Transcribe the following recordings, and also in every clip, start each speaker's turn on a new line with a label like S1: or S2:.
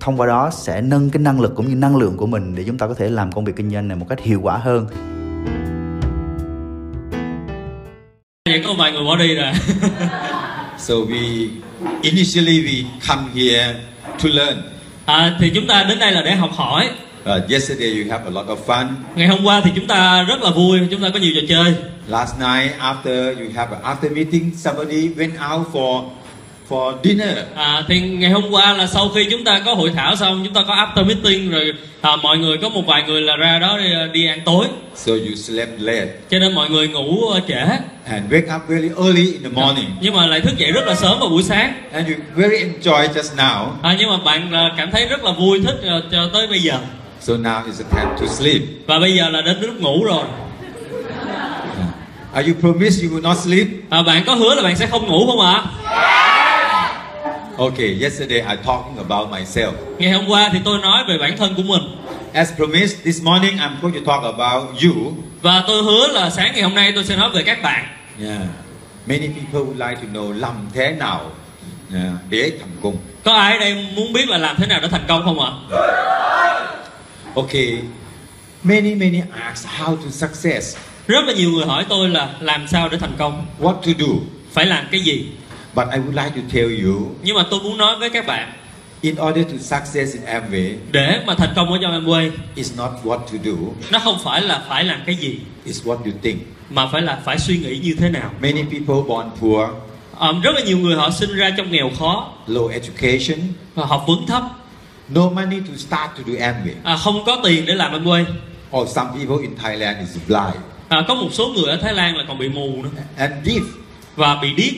S1: thông qua đó sẽ nâng cái năng lực cũng như năng lượng của mình để chúng ta có thể làm công việc kinh doanh này một cách hiệu quả hơn
S2: Vậy có vài người bỏ đi rồi
S3: So we initially we come here to learn.
S2: à, Thì chúng ta đến đây là để học hỏi
S3: Uh, yesterday you have a lot of fun.
S2: Ngày hôm qua thì chúng ta rất là vui Chúng ta có nhiều trò chơi
S3: Last night after you have an after meeting, somebody went out for for dinner.
S2: à, Thì ngày hôm qua là sau khi chúng ta có hội thảo xong Chúng ta có after meeting rồi à, Mọi người có một vài người là ra đó đi, à, đi ăn tối
S3: So you slept late
S2: Cho nên mọi người ngủ ờ, trễ
S3: and wake up very early in the morning.
S2: Nhưng mà lại thức dậy rất là sớm vào buổi sáng
S3: And you very enjoy just now.
S2: à, Nhưng mà bạn ờ, cảm thấy rất là vui thích ờ, cho tới bây giờ
S3: So now is the time to sleep.
S2: Và bây giờ là đến lúc ngủ rồi
S3: Are you promised you will not sleep?
S2: à, Bạn có hứa là bạn sẽ không ngủ không ạ?
S3: Okay, yesterday I talking about myself.
S2: Ngày hôm qua thì tôi nói về bản thân của mình
S3: As promised, this morning I'm going to talk about you.
S2: Và tôi hứa là sáng ngày hôm nay tôi sẽ nói về các bạn
S3: Yeah. Many people would like to know làm thế nào yeah, để thành công.
S2: Có ai ở đây muốn biết là làm thế nào để thành công không ạ?
S3: Okay. Many many ask how to success,
S2: Rất là nhiều người hỏi tôi là làm sao để thành công
S3: what to do.
S2: Phải làm cái gì
S3: But I would like to tell you,
S2: Nhưng mà tôi muốn nói với các bạn
S3: in order to success in Amway,
S2: Để mà thành công ở trong Amway
S3: it's not what to do,
S2: Nó không phải là phải làm cái gì
S3: it's what you think.
S2: Mà phải là phải suy nghĩ như thế nào
S3: Many people born poor,
S2: Ờ, Rất là nhiều người họ sinh ra trong nghèo khó
S3: low education,
S2: và Học vấn thấp
S3: no money to start to do Amway.
S2: à, Không có tiền để làm Amway
S3: Or some people in Thailand is blind
S2: à, Có một số người ở Thái Lan là còn bị mù nữa
S3: and deaf.
S2: Và bị điếc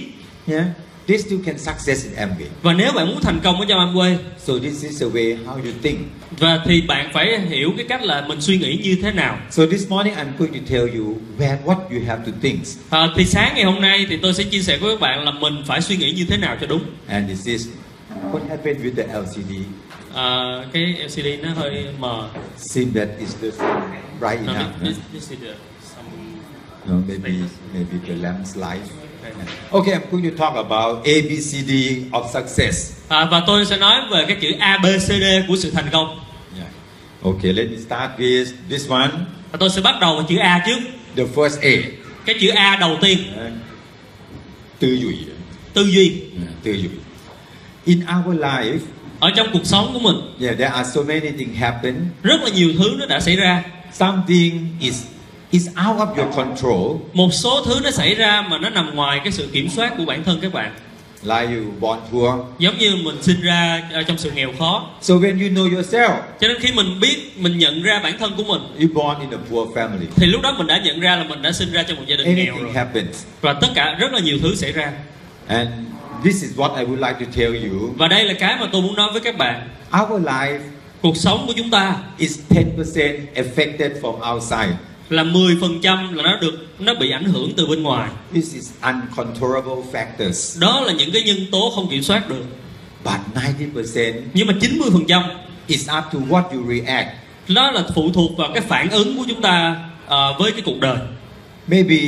S3: Yeah, they still can success in Amway.
S2: Và nếu bạn muốn thành công ở trong Amway
S3: So this is the way how you think.
S2: Và thì bạn phải hiểu cái cách là mình suy nghĩ như thế nào
S3: So this morning I'm going to tell you where what you have to think.
S2: à, Thì sáng ngày hôm nay thì tôi sẽ chia sẻ với các bạn là mình phải suy nghĩ như thế nào cho đúng
S3: And this is what happened with the LCD.
S2: à, Cái LCD nó hơi mờ
S3: Seem that is the bright
S2: Nó
S3: enough.
S2: this,
S3: huh?
S2: this is the- some-
S3: No, maybe maybe the lamp's light. Okay, I'm going to talk about ABCD of success.
S2: à, Và tôi sẽ nói về cái chữ ABCD của sự thành công
S3: Yeah. Okay, let me start with this one.
S2: và Tôi sẽ bắt đầu với chữ A trước
S3: The first A.
S2: Cái chữ A đầu tiên
S3: Yeah. Tư duy.
S2: Tư duy
S3: Yeah, tư duy. In our life,
S2: Ở trong cuộc sống của mình
S3: yeah, there are so many things happen.
S2: Rất là nhiều thứ nó đã xảy ra
S3: Something is is out of your control.
S2: Một số thứ nó xảy ra mà nó nằm ngoài cái sự kiểm soát của bản thân các bạn
S3: like you born poor.
S2: Giống như mình sinh ra ở trong sự nghèo khó
S3: So when you know yourself,
S2: Cho nên khi mình biết, mình nhận ra bản thân của mình
S3: you born in a poor family.
S2: thì lúc đó mình đã nhận ra là mình đã sinh ra trong một gia đình nghèo
S3: Anything
S2: rồi
S3: happens,
S2: và tất cả rất là nhiều thứ xảy ra
S3: and this is what I would like to tell you.
S2: và đây là cái mà tôi muốn nói với các bạn
S3: Our life
S2: cuộc sống của chúng ta
S3: is 10% affected from outside.
S2: là 10% là nó được nó bị ảnh hưởng từ bên ngoài
S3: This is uncontrollable factors,
S2: đó là những cái nhân tố không kiểm soát được
S3: but 90%
S2: nhưng mà 90%
S3: is up to what you react.
S2: đó là phụ thuộc vào cái phản ứng của chúng ta ờ, với cái cuộc đời
S3: Maybe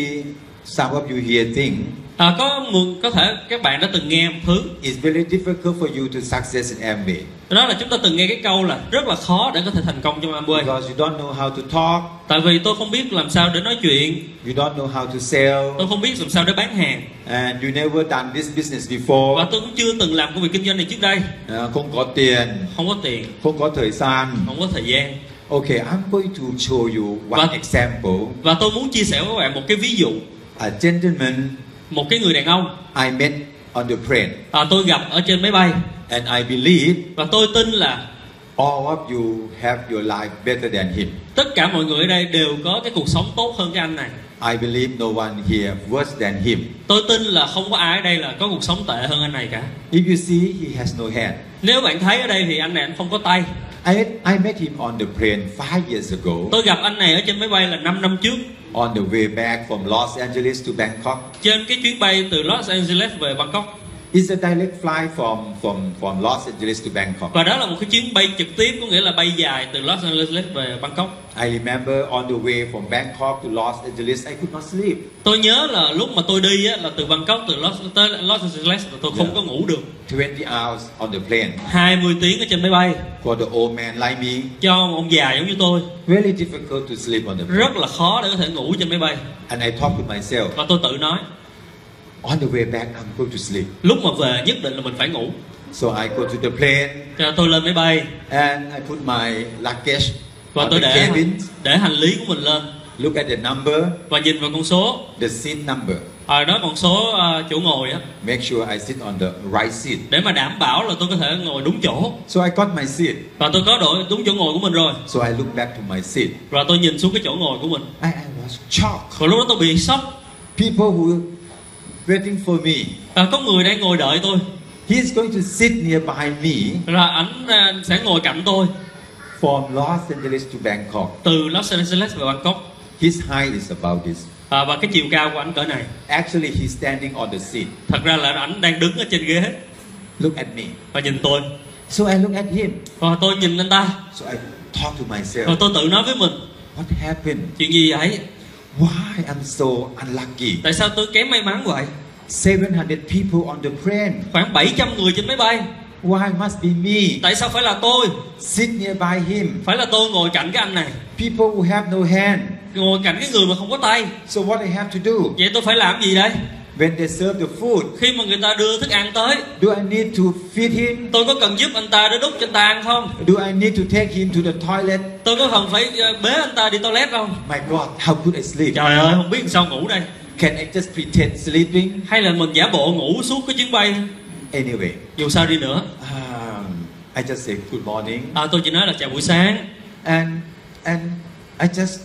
S3: some of you here think
S2: À, có một- có thể các bạn đã từng nghe một thứ
S3: it's very difficult for you to success in MBA
S2: đó là chúng ta từng nghe cái câu là rất là khó để có thể thành công trong Amway
S3: because you don't know how to talk,
S2: tại vì tôi không biết làm sao để nói chuyện
S3: you don't know how to sell,
S2: tôi không biết làm sao để bán hàng
S3: and you never done this business before.
S2: và tôi cũng chưa từng làm công việc kinh doanh này trước đây
S3: Uh, không có tiền,
S2: không có tiền
S3: không có thời gian.
S2: không có thời gian
S3: Okay, I'm going to show you one
S2: Vâng.
S3: example.
S2: và tôi muốn chia sẻ với các bạn một cái ví dụ
S3: A gentleman
S2: một cái người đàn ông
S3: I met on the plane,
S2: à, tôi gặp ở trên máy bay
S3: and I believe
S2: và tôi tin là
S3: all of you have your life better than him.
S2: tất cả mọi người ở đây đều có cái cuộc sống tốt hơn cái anh này
S3: I believe no one here worse than him.
S2: tôi tin là không có ai ở đây là có cuộc sống tệ hơn anh này cả
S3: If you see, he has no hand.
S2: nếu bạn thấy ở đây thì anh này anh không có tay
S3: I, I met him on the plane five years ago
S2: Tôi gặp anh này ở trên máy bay là 5 năm trước
S3: on the way back from Los Angeles to Bangkok.
S2: trên cái chuyến bay từ Los Angeles về Bangkok
S3: It's a direct flight from, from, from Los Angeles to Bangkok.
S2: và đó là một cái chuyến bay trực tiếp có nghĩa là bay dài từ Los Angeles về Bangkok.
S3: I remember on the way from Bangkok to Los Angeles, I could not sleep.
S2: Tôi nhớ là lúc mà tôi đi á, là từ Bangkok từ Los tới Los Angeles là tôi không
S3: Dạ.
S2: có ngủ được
S3: 20 hours on the plane
S2: 20 tiếng ở trên máy bay
S3: for the old man like me.
S2: cho một ông già giống như tôi
S3: Very difficult to sleep on the plane.
S2: rất là khó để có thể ngủ trên máy bay
S3: And I talked to myself,
S2: và tôi tự nói
S3: on the way back, I'm going to sleep.
S2: lúc mà về nhất định là mình phải ngủ
S3: So I go to the plane
S2: cho nên tôi lên máy bay
S3: and I put my luggage
S2: và
S3: on
S2: tôi
S3: the
S2: để
S3: cabin,
S2: để hành lý của mình lên
S3: look at the number,
S2: và nhìn vào con số
S3: the seat number.
S2: à, đó là con số à, chỗ ngồi á
S3: Make sure I sit on the right seat.
S2: để mà đảm bảo là tôi có thể ngồi đúng chỗ
S3: So I got my seat.
S2: và tôi có đổi đúng chỗ ngồi của mình rồi
S3: So I look back to my seat.
S2: và tôi nhìn xuống cái chỗ ngồi của mình
S3: I, I was shocked.
S2: và lúc đó tôi bị sốc
S3: People who waiting for me.
S2: à, có người đang ngồi đợi tôi
S3: He's going to sit nearby me
S2: là ảnh à, sẽ ngồi cạnh tôi
S3: from Los Angeles to Bangkok.
S2: từ Los Angeles về Bangkok
S3: His height is about this.
S2: à, và cái chiều cao của ảnh cỡ này
S3: Actually, he's standing on the seat.
S2: thật ra là ảnh đang đứng ở trên ghế
S3: Look at me.
S2: và nhìn tôi
S3: So I look at him.
S2: và tôi nhìn anh ta
S3: So I talk to
S2: và
S3: myself.
S2: tôi tự nói với mình
S3: What happened?
S2: chuyện gì vậy
S3: Why I'm so unlucky?
S2: tại sao tôi kém may mắn vậy
S3: 700 people on the plane.
S2: khoảng 700 người trên máy bay
S3: Why must be me?
S2: tại sao phải là tôi
S3: Sit nearby him.
S2: phải là tôi ngồi cạnh cái anh này
S3: People who have no hand.
S2: ngồi cạnh cái người mà không có tay
S3: So what I have to do?
S2: vậy tôi phải làm gì đây
S3: When they serve the food,
S2: khi mà người ta đưa thức ăn tới
S3: do I need to feed him?
S2: tôi có cần giúp anh ta để đút cho anh ta ăn không
S3: Do I need to take him to the toilet?
S2: tôi có cần phải ờ, bế anh ta đi toilet không
S3: My God, how could I sleep?
S2: trời ơi không biết làm sao ngủ đây
S3: Can I just pretend sleeping?
S2: hay là mình giả bộ ngủ suốt cái chuyến bay
S3: Anyway,
S2: dù sao đi nữa
S3: um, I just say good morning
S2: à, tôi chỉ nói là chào buổi sáng
S3: and and I just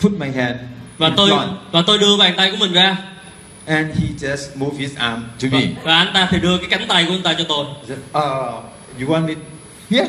S3: put my hand
S2: và
S3: in
S2: tôi
S3: front,
S2: và tôi đưa bàn tay của mình ra
S3: and he just moved his arm to
S2: và,
S3: me.
S2: và anh ta thì đưa cái cánh tay của anh ta cho tôi
S3: I said, uh, you want me? Yeah.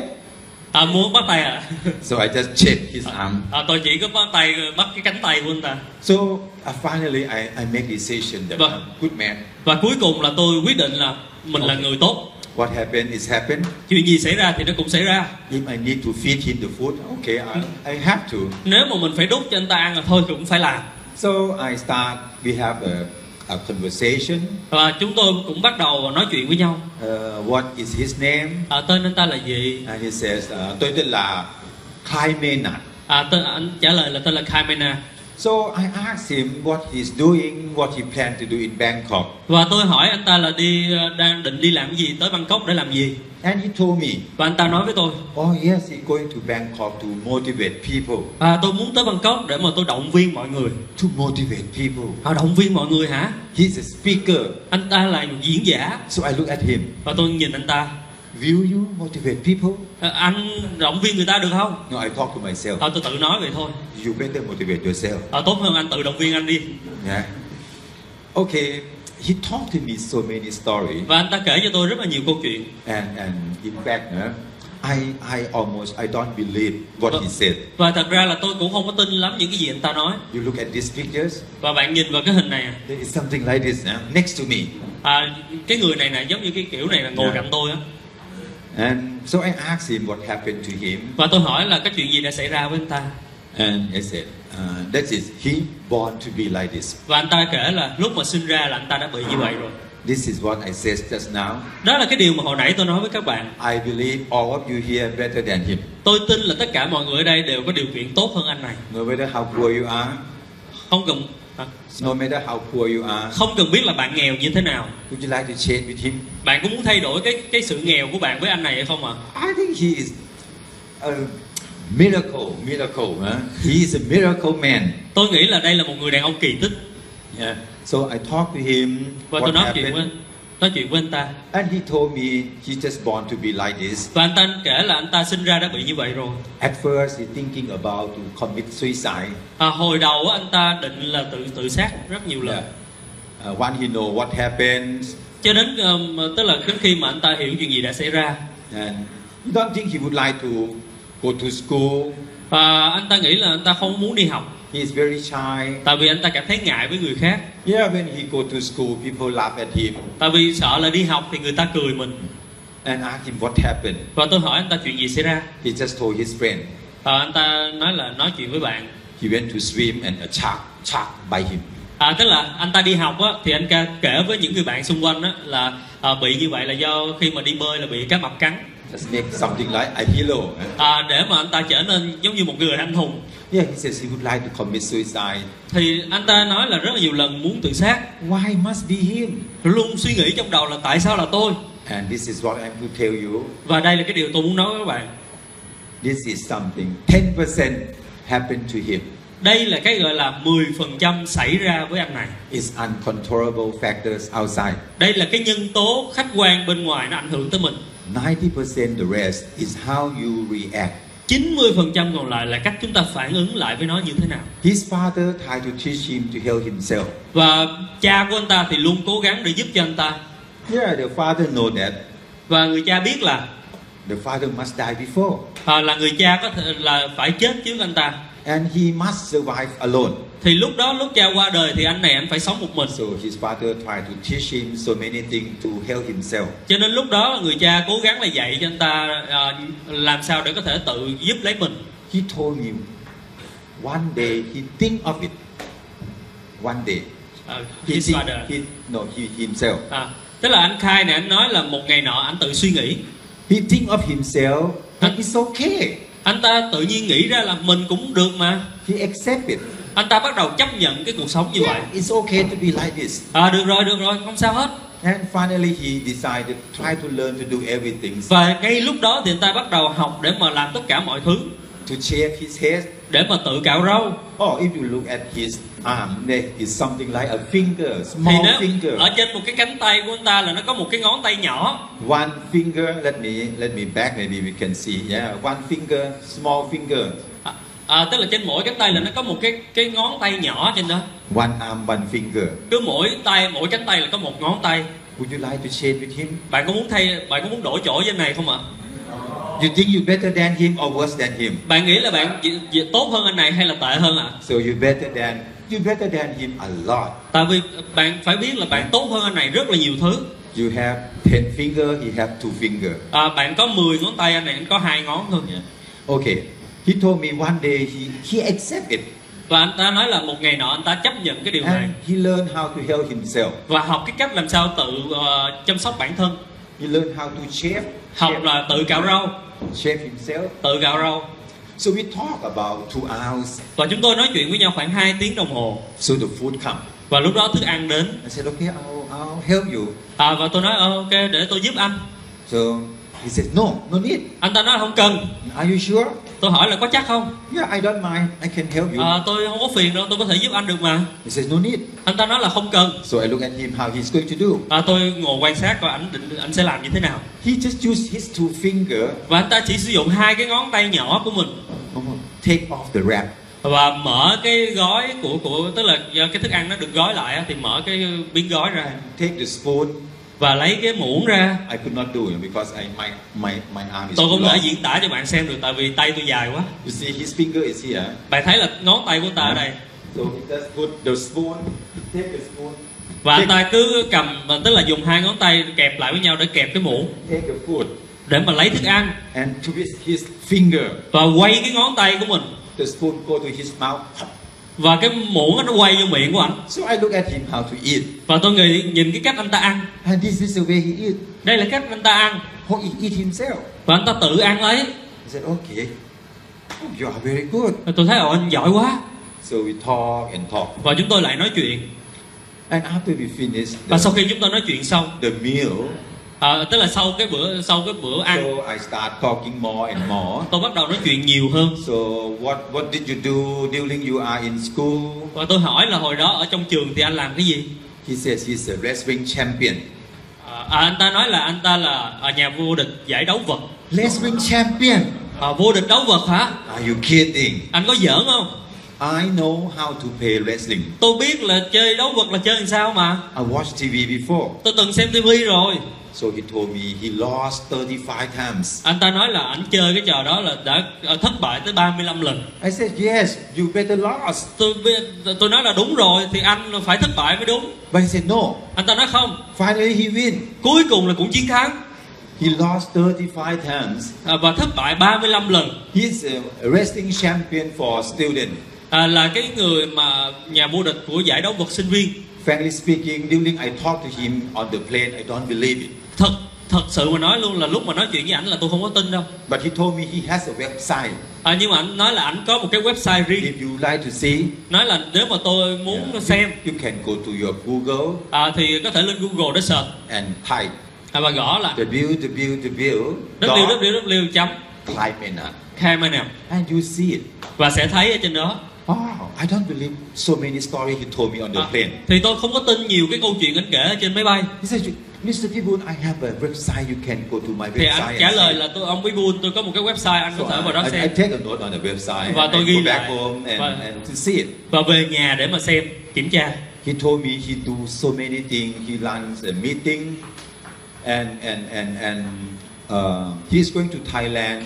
S2: à, muốn bắt tay à?
S3: So I just shake his arm.
S2: à tôi chỉ có bắt tay bắt cái cánh tay của anh ta
S3: So uh, finally, I, I make decision that
S2: Vâng.
S3: I'm good man.
S2: và cuối cùng là tôi quyết định là mình là người tốt
S3: What happened is happened.
S2: chuyện gì xảy ra thì nó cũng xảy ra
S3: If I need to feed him the food, okay, I, I have to.
S2: nếu mà mình phải đút cho anh ta ăn là thôi cũng phải làm
S3: So I start, we have a, a conversation.
S2: và chúng tôi cũng bắt đầu nói chuyện với nhau
S3: Uh, what is his name?
S2: à, tên anh ta là gì
S3: And he says, uh, tôi tên là Kai Maynard.
S2: à, tên anh trả lời là tên là Kaimena
S3: So I asked him what he's doing, what he planned to do in Bangkok.
S2: và tôi hỏi anh ta là đi ờ, đang định đi làm gì tới Bangkok để làm gì
S3: And he told me,
S2: và anh ta nói với tôi
S3: oh yes, he's going to Bangkok to motivate people.
S2: à, tôi muốn tới Bangkok để mà tôi động viên mọi người
S3: To motivate people.
S2: à, động viên mọi người hả
S3: He's a speaker.
S2: anh ta là một diễn giả
S3: So I look at him.
S2: và tôi nhìn anh ta
S3: Will you motivate people?
S2: à, anh động viên người ta được không
S3: No, I talk to myself.
S2: à, tôi tự nói vậy thôi
S3: You better motivate yourself.
S2: à, tốt hơn anh tự động viên anh đi
S3: Yeah. Okay, he talked to me so many stories,
S2: và anh ta kể cho tôi rất là nhiều câu chuyện
S3: and and in fact, uh, I I almost I don't believe what he said.
S2: và thật ra là tôi cũng không có tin lắm những cái gì anh ta nói
S3: You look at these pictures.
S2: và bạn nhìn vào cái hình này à,
S3: There is something like this uh, next to me,
S2: à, cái người này nè giống như cái kiểu này là ngồi
S3: Dạ.
S2: cạnh tôi á
S3: and so I asked him what happened to him,
S2: và tôi hỏi là cái chuyện gì đã xảy ra với anh ta
S3: and he said, uh, "That is he born to be like this.
S2: và anh ta kể là lúc mà sinh ra là anh ta đã bị như vậy rồi
S3: This is what I said just now.
S2: đó là cái điều mà hồi nãy tôi nói với các bạn
S3: I believe all of you here better than him,
S2: tôi tin là tất cả mọi người ở đây đều có điều kiện tốt hơn anh này
S3: no matter how poor you are."
S2: không cần à,
S3: No matter how poor you are,
S2: không cần biết là bạn nghèo như thế nào
S3: would you like to change with him?
S2: bạn có muốn thay đổi cái cái sự nghèo của bạn với anh này hay không ạ
S3: I think he is a miracle, miracle. Huh? He is a miracle man.
S2: tôi nghĩ là đây là một người đàn ông kỳ tích
S3: Yeah. So I talked to him.
S2: và tôi nói chuyện với nói chuyện với anh ta
S3: And he told me he just born to be like this.
S2: và anh ta kể là anh ta sinh ra đã bị như vậy rồi
S3: At first, he thinking about to commit suicide.
S2: à, hồi đầu á, anh ta định là tự tự sát rất nhiều lần
S3: Uh, when he know what happened,
S2: cho đến um, tức là đến khi mà anh ta hiểu chuyện gì đã xảy ra
S3: and You don't think he would like to go to school?
S2: Và À, anh ta nghĩ là anh ta không muốn đi học
S3: He is very shy.
S2: Tại vì anh ta cảm thấy ngại với người khác
S3: Yeah, when he go to school, people laugh at him
S2: Tại vì sợ là đi học thì người ta cười mình
S3: and ask him what happened.
S2: Và tôi hỏi anh ta chuyện gì xảy ra
S3: He just told his friend
S2: Ờ, Anh ta nói là nói chuyện với bạn
S3: he went to swim and a shark shark bite him.
S2: À, tức là anh ta đi học á, thì anh ca kể với những người bạn xung quanh á, là à, bị như vậy là do khi mà đi bơi là bị cá mập cắn
S3: Just make something like a pillow.
S2: à, để mà anh ta trở nên giống như một người anh hùng
S3: Yeah, he says he would like to commit suicide.
S2: thì anh ta nói là rất là nhiều lần muốn tự sát
S3: Why must be him?
S2: luôn suy nghĩ trong đầu là tại sao là tôi
S3: And this is what I'm to tell you.
S2: và đây là cái điều tôi muốn nói với các bạn
S3: This is something 10% happened to him.
S2: đây là cái gọi là 10% xảy ra với anh này
S3: It's uncontrollable factors outside.
S2: đây là cái nhân tố khách quan bên ngoài nó ảnh hưởng tới mình
S3: 90% the rest is how you react.
S2: 90% còn lại là cách chúng ta phản ứng lại với nó như thế nào
S3: His father tried to teach him to heal himself.
S2: và cha của anh ta thì luôn cố gắng để giúp cho anh ta
S3: Yeah, the father know that
S2: và người cha biết là
S3: the father must die before
S2: à, là người cha có thể là phải chết trước anh ta
S3: and he must survive alone.
S2: thì lúc đó lúc cha qua đời thì anh này anh phải sống một mình
S3: So his father tried to teach him so many things to heal himself.
S2: cho nên lúc đó người cha cố gắng là dạy cho anh ta à, làm sao để có thể tự giúp lấy mình
S3: He told him one day he think of it. One day.
S2: à,
S3: He
S2: his
S3: think,
S2: father.
S3: he, no, he himself.
S2: À, tức là anh khai này anh nói là một ngày nọ anh tự suy nghĩ
S3: He think of himself and it's okay.
S2: anh ta tự nhiên nghĩ ra là mình cũng được mà
S3: He accept it.
S2: anh ta bắt đầu chấp nhận cái cuộc sống như vậy
S3: Yeah, it's okay to be like this.
S2: à, được rồi được rồi không sao hết
S3: And finally he decided try to learn to do everything
S2: và ngay lúc đó thì anh ta bắt đầu học để mà làm tất cả mọi thứ
S3: to shave his hair.
S2: để mà tự cạo râu
S3: Or if you look at his arm, there is something like a finger,
S2: thì
S3: small
S2: nếu
S3: finger.
S2: ở trên một cái cánh tay của anh ta là nó có một cái ngón tay nhỏ
S3: One finger, let me let me back maybe we can see. Yeah, one finger, small finger.
S2: à, à, tức là trên mỗi cánh tay là nó có một cái cái ngón tay nhỏ trên đó
S3: One arm, one finger.
S2: cứ mỗi tay mỗi cánh tay là có một ngón tay
S3: Would you like to shave with him?
S2: bạn có muốn thay bạn có muốn đổi chỗ trên này không ạ
S3: You think you better than him or worse than him?
S2: bạn nghĩ là bạn dị- dị- tốt hơn anh này hay là tệ hơn ạ
S3: So you better than you better than him a lot.
S2: tại vì bạn phải biết là bạn tốt hơn anh này rất là nhiều thứ
S3: You have ten finger, he have two finger.
S2: à, bạn có 10 ngón tay anh này anh có hai ngón thôi
S3: Okay. He told me one day he, he accept it
S2: và anh ta nói là một ngày nọ anh ta chấp nhận cái điều này
S3: and he learn how to help himself.
S2: và học cái cách làm sao tự ờ, chăm sóc bản thân
S3: He learn how to shave,
S2: học
S3: shave,
S2: là tự cạo râu
S3: shave himself.
S2: tự cạo râu
S3: So we talk about two hours.
S2: và chúng tôi nói chuyện với nhau khoảng 2 tiếng đồng hồ
S3: So the food come.
S2: và lúc đó thức ăn đến
S3: I said, okay, I'll, I'll help you.
S2: à, và tôi nói "Ờ, ok để tôi giúp anh
S3: So he said, no, no need.
S2: anh ta nói không cần
S3: Are you sure?
S2: tôi hỏi là có chắc không
S3: Yeah, I don't mind. I can help you.
S2: à, tôi không có phiền đâu tôi có thể giúp anh được mà
S3: he says, no need.
S2: anh ta nói là không cần
S3: So I look at him how he's going to do.
S2: à, tôi ngồi quan sát coi ảnh định ảnh sẽ làm như thế nào
S3: He just used his two finger,
S2: và anh ta chỉ sử dụng hai cái ngón tay nhỏ của mình
S3: oh, take off the wrap.
S2: và mở cái gói của của tức là do cái thức ăn nó được gói lại á, thì mở cái miếng gói ra
S3: Take the spoon.
S2: và lấy cái muỗng ra
S3: I could not do it because I my my my arm is
S2: tôi
S3: too
S2: không thể
S3: long.
S2: diễn tả cho bạn xem được tại vì tay tôi dài quá
S3: You see, his finger is here.
S2: bạn thấy là ngón tay của anh ta ở đây
S3: So he just put the spoon, take the spoon,
S2: và anh ta cứ cầm và tức là dùng hai ngón tay kẹp lại với nhau để kẹp cái muỗng
S3: take the food,
S2: để mà lấy thức ăn
S3: and twist his finger.
S2: và quay cái ngón tay của mình
S3: The spoon go to his mouth.
S2: và cái muỗng á, nó quay vô miệng của ảnh
S3: So I look at him how to eat,
S2: và tôi nghĩ nhìn cái cách anh ta ăn
S3: and this is the way he eat.
S2: đây là cách anh ta ăn
S3: How he eat himself.
S2: và anh ta tự ăn lấy
S3: I said, okay, oh, you are very good.
S2: Và tôi thấy ồ anh giỏi quá
S3: So we talk and talk,
S2: và chúng tôi lại nói chuyện
S3: and after we finish
S2: và sau
S3: the,
S2: khi chúng tôi nói chuyện xong
S3: the meal,
S2: ờ, tức là sau cái bữa sau cái bữa ăn
S3: so I start talking more and more.
S2: tôi bắt đầu nói chuyện nhiều hơn
S3: So what what did you do during you are in school?
S2: và tôi hỏi là hồi đó ở trong trường thì anh làm cái gì
S3: He says he's a wrestling champion.
S2: Ờ, à, anh ta nói là anh ta là ở nhà vô địch giải đấu vật
S3: Wrestling champion?
S2: Ờ, vô địch đấu vật hả
S3: Are you kidding?
S2: anh có giỡn không
S3: I know how to play wrestling.
S2: tôi biết là chơi đấu vật là chơi làm sao mà
S3: I watched TV before.
S2: tôi từng xem tivi rồi
S3: So he told me he lost 35 times.
S2: Anh ta nói là ảnh chơi cái trò đó là đã ờ, thất bại tới 35 lần.
S3: I said, yes, you better lost.
S2: Tôi bi- tôi nói là đúng rồi thì anh phải thất bại mới đúng.
S3: But he said, no.
S2: Anh ta nói không,
S3: Finally, he win.
S2: cuối cùng là cũng chiến thắng
S3: He lost 35 times.
S2: à, và thất bại 35 lần.
S3: He's a wrestling champion for student.
S2: À, là cái người mà nhà vô địch của giải đấu vật sinh viên.
S3: Frankly speaking, during I talked to him on the plane, I don't believe it.
S2: Thật thật sự mà nói luôn là lúc mà nói chuyện với ảnh là tôi không có tin đâu.
S3: But he told me he has a website.
S2: À, nhưng mà anh nói là ảnh có một cái website riêng
S3: If you like to see,
S2: nói là nếu mà tôi muốn
S3: yeah,
S2: xem
S3: you, you can go to your Google
S2: à, thì có thể lên Google để search
S3: and type
S2: à, và gõ là
S3: Dạ. www.
S2: www chấm
S3: Climate and you see it.
S2: và sẽ thấy ở trên đó
S3: Wow, I don't believe so many stories he told me on the
S2: à,
S3: plane.
S2: thì tôi không có tin nhiều cái câu chuyện anh kể ở trên máy bay
S3: He said, Mr. Kibun, I have a website. You can go to my
S2: thì
S3: website.
S2: anh
S3: Dạ. and
S2: trả lời
S3: see."
S2: là tôi ông Bibun tôi có một cái website anh
S3: So
S2: có thể vào đó
S3: I, I, I
S2: xem
S3: take a note on the website
S2: Và
S3: and
S2: tôi
S3: I
S2: ghi
S3: go back
S2: lại.
S3: home and,
S2: Và-
S3: and to see it.
S2: và về nhà để mà xem kiểm tra
S3: He told me he do so many things. He runs a meeting, and and and and uh, he's going to Thailand.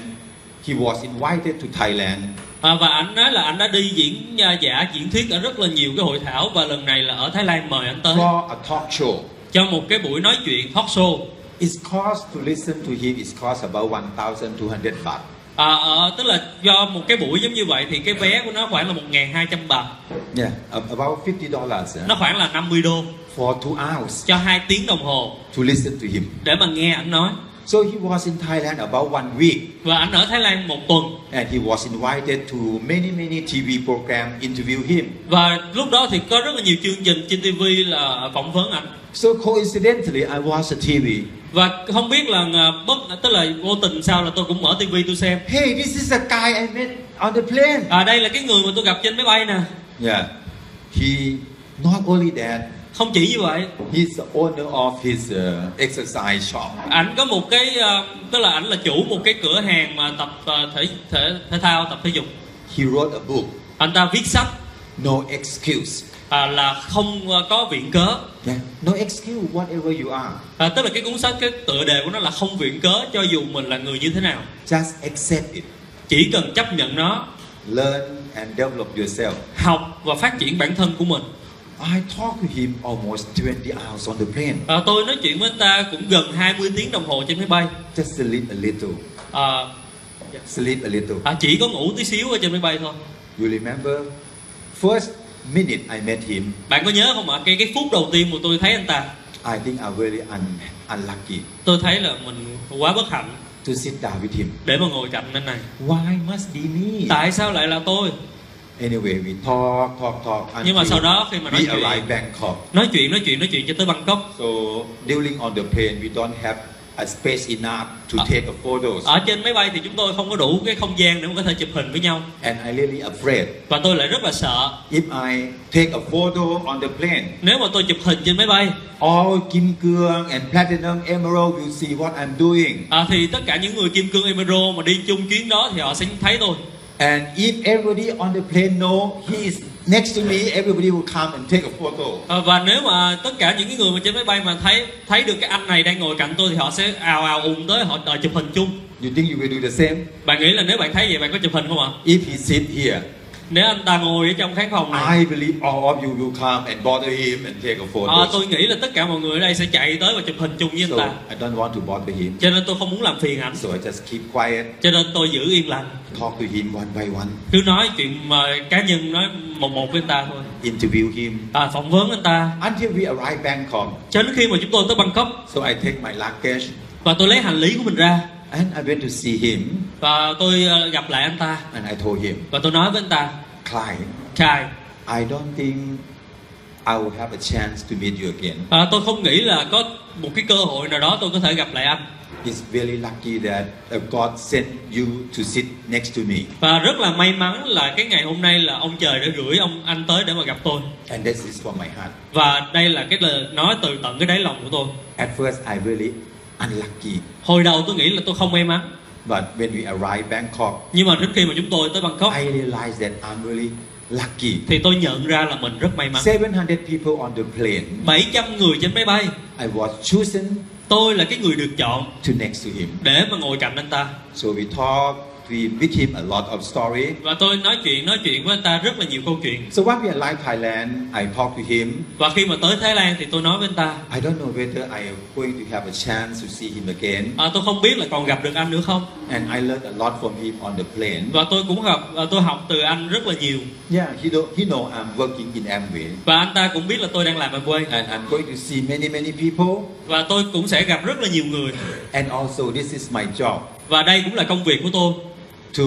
S3: He was invited to Thailand.
S2: à, và anh nói là anh đã đi diễn à, giả diễn thuyết ở rất là nhiều cái hội thảo và lần này là ở Thái Lan mời anh tới
S3: for a talk show.
S2: cho một cái buổi nói chuyện talk show
S3: It's cost to listen to him It's cost about 1,200 baht.
S2: À, ờ, tức là do một cái buổi giống như vậy thì cái vé của nó khoảng là 1.200 bạc
S3: Yeah, ab- about 50 dollars eh?
S2: Nó khoảng là 50 đô
S3: for two hours
S2: cho 2 tiếng đồng hồ
S3: to listen to him.
S2: để mà nghe ảnh nói
S3: So he was in Thailand about one week,
S2: Và ảnh ở Thái Lan một tuần
S3: and he was invited to many many TV program interview him.
S2: Và lúc đó thì có rất là nhiều chương trình trên TV là phỏng vấn ảnh
S3: So coincidentally, I was on TV.
S2: Và không biết là ờ, bất tức là vô tình sao là tôi cũng mở TV tôi xem
S3: Hey, this is the guy I met on the plane.
S2: À đây là cái người mà tôi gặp trên máy bay nè
S3: Yeah, he not only that,
S2: Không chỉ như vậy
S3: he's the owner of his uh, exercise shop.
S2: ảnh có một cái ờ, tức là ảnh là chủ một cái cửa hàng mà tập ờ, thể thể thể thao tập thể dục
S3: He wrote a book,
S2: anh ta viết sách
S3: No Excuse.
S2: à, là không ờ, có viện cớ
S3: Yeah. No excuse, whatever you are.
S2: à, tức là cái cuốn sách cái tựa đề của nó là không viện cớ cho dù mình là người như thế nào
S3: Just accept it.
S2: chỉ cần chấp nhận nó
S3: Learn and develop yourself.
S2: học và phát triển bản thân của mình
S3: I talked to him almost 20 hours on the plane.
S2: à, tôi nói chuyện với anh ta cũng gần 20 tiếng đồng hồ trên máy bay
S3: Just sleep a little.
S2: à,
S3: Sleep a little.
S2: à, chỉ có ngủ tí xíu ở trên máy bay thôi
S3: You remember? First minute I met him,
S2: bạn có nhớ không ạ cái cái phút đầu tiên mà tôi thấy anh ta
S3: I think I really un- unlucky
S2: tôi thấy là mình quá bất hạnh
S3: to sit down with him.
S2: để mà ngồi cạnh anh này
S3: Why must be me?
S2: tại sao lại là tôi
S3: Anyway, we talk, talk, talk
S2: Nhưng mà
S3: until
S2: sau đó khi mà nói
S3: we
S2: chuyện-
S3: arrive Bangkok.
S2: nói chuyện nói chuyện nói chuyện cho tới bangkok
S3: So during on the plane, we don't have a space enough to
S2: À.
S3: take a photos.
S2: ở trên máy bay thì chúng tôi không có đủ cái không gian để mà có thể chụp hình với nhau
S3: And I really afraid.
S2: và tôi lại rất là sợ
S3: If I take a photo on the plane,
S2: nếu mà tôi chụp hình trên máy bay
S3: all Kim Cương and Platinum Emerald will see what I'm doing.
S2: à, thì tất cả những người kim cương emerald mà đi chung chuyến đó thì họ sẽ thấy tôi
S3: And if everybody on the plane know he is next to me, everybody will come and take a photo.
S2: à, và nếu mà tất cả những cái người mà trên máy bay mà thấy thấy được cái anh này đang ngồi cạnh tôi thì họ sẽ ào ào ùn tới họ đòi chụp hình chung
S3: You think you will do the same?
S2: bạn nghĩ là nếu bạn thấy vậy bạn có chụp hình không ạ
S3: If he sit here,
S2: nếu anh ta ngồi ở trong khán phòng này
S3: I believe all of you will come and bother him and take a photo.
S2: à, tôi nghĩ là tất cả mọi người ở đây sẽ chạy tới và chụp hình chung với anh
S3: so
S2: ta
S3: I don't want to bother him.
S2: cho nên tôi không muốn làm phiền ảnh
S3: So I just keep quiet,
S2: cho nên tôi giữ yên lặng
S3: talk to him one by one,
S2: cứ nói chuyện mà cá nhân nói một một với anh ta thôi
S3: interview him
S2: à, phỏng vấn anh ta
S3: until we arrive Bangkok.
S2: cho đến khi mà chúng tôi tới bangkok
S3: So I take my luggage
S2: và tôi lấy hành lý của mình ra
S3: and I went to see him.
S2: và tôi ờ, gặp lại anh ta
S3: And I told him,
S2: và tôi nói với anh ta
S3: Clyde,
S2: trai
S3: I don't think I will have a chance to meet you again.
S2: ờ, tôi không nghĩ là có một cái cơ hội nào đó tôi có thể gặp lại anh
S3: It's very lucky that uh, God sent you to sit next to me.
S2: và rất là may mắn là cái ngày hôm nay là ông trời đã gửi ông anh tới để mà gặp tôi
S3: And this is from my heart.
S2: và đây là cái lời nói từ tận cái đáy lòng của tôi
S3: At first, I really unlucky.
S2: hồi đầu tôi nghĩ là tôi không may mắn
S3: But when we arrived Bangkok,
S2: nhưng mà đến khi mà chúng tôi tới bangkok
S3: I realized that I'm really lucky.
S2: thì tôi nhận ra là mình rất may mắn
S3: 700 people on the plane.
S2: 700 người trên máy bay
S3: I was chosen
S2: tôi là cái người được chọn
S3: to next to him.
S2: để mà ngồi cạnh anh ta
S3: So we talked we, with him a lot of story.
S2: và tôi nói chuyện nói chuyện với anh ta rất là nhiều câu chuyện
S3: So when we arrived Thailand, I talked to him.
S2: và khi mà tới Thái Lan thì tôi nói với anh ta
S3: I don't know whether I am going to have a chance to see him again.
S2: "À, tôi không biết là còn gặp được anh nữa không
S3: And I learned a lot from him on the plane.
S2: và tôi cũng gặp à, tôi học từ anh rất là nhiều
S3: Yeah, he know, he know I'm working in Amway.
S2: và anh ta cũng biết là tôi đang làm ở quê
S3: And I'm going to see many, many people.
S2: và tôi cũng sẽ gặp rất là nhiều người
S3: And also this is my job
S2: và đây cũng là công việc của tôi
S3: to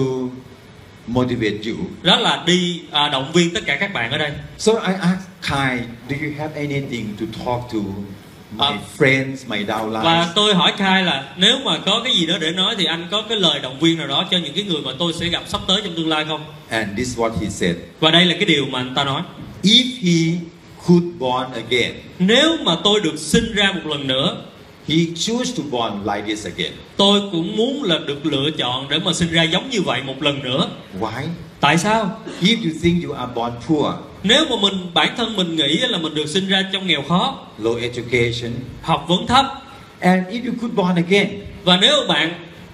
S3: motivate you.
S2: đó là đi à, động viên tất cả các bạn ở đây
S3: So I asked Kai, do you have anything to talk to my
S2: Um,
S3: friends, my downlines?
S2: và tôi hỏi Khai là nếu mà có cái gì đó để nói thì anh có cái lời động viên nào đó cho những cái người mà tôi sẽ gặp sắp tới trong tương lai không
S3: And this is what he said.
S2: và đây là cái điều mà anh ta nói
S3: If he could born again,
S2: nếu mà tôi được sinh ra một lần nữa
S3: he choose to born like this again.
S2: tôi cũng muốn là được lựa chọn để mà sinh ra giống như vậy một lần nữa
S3: Why?
S2: tại sao
S3: If you think you are born poor,
S2: nếu mà mình bản thân mình nghĩ là mình được sinh ra trong nghèo khó
S3: low education,
S2: học vấn thấp
S3: and if you could born again,
S2: và nếu bạn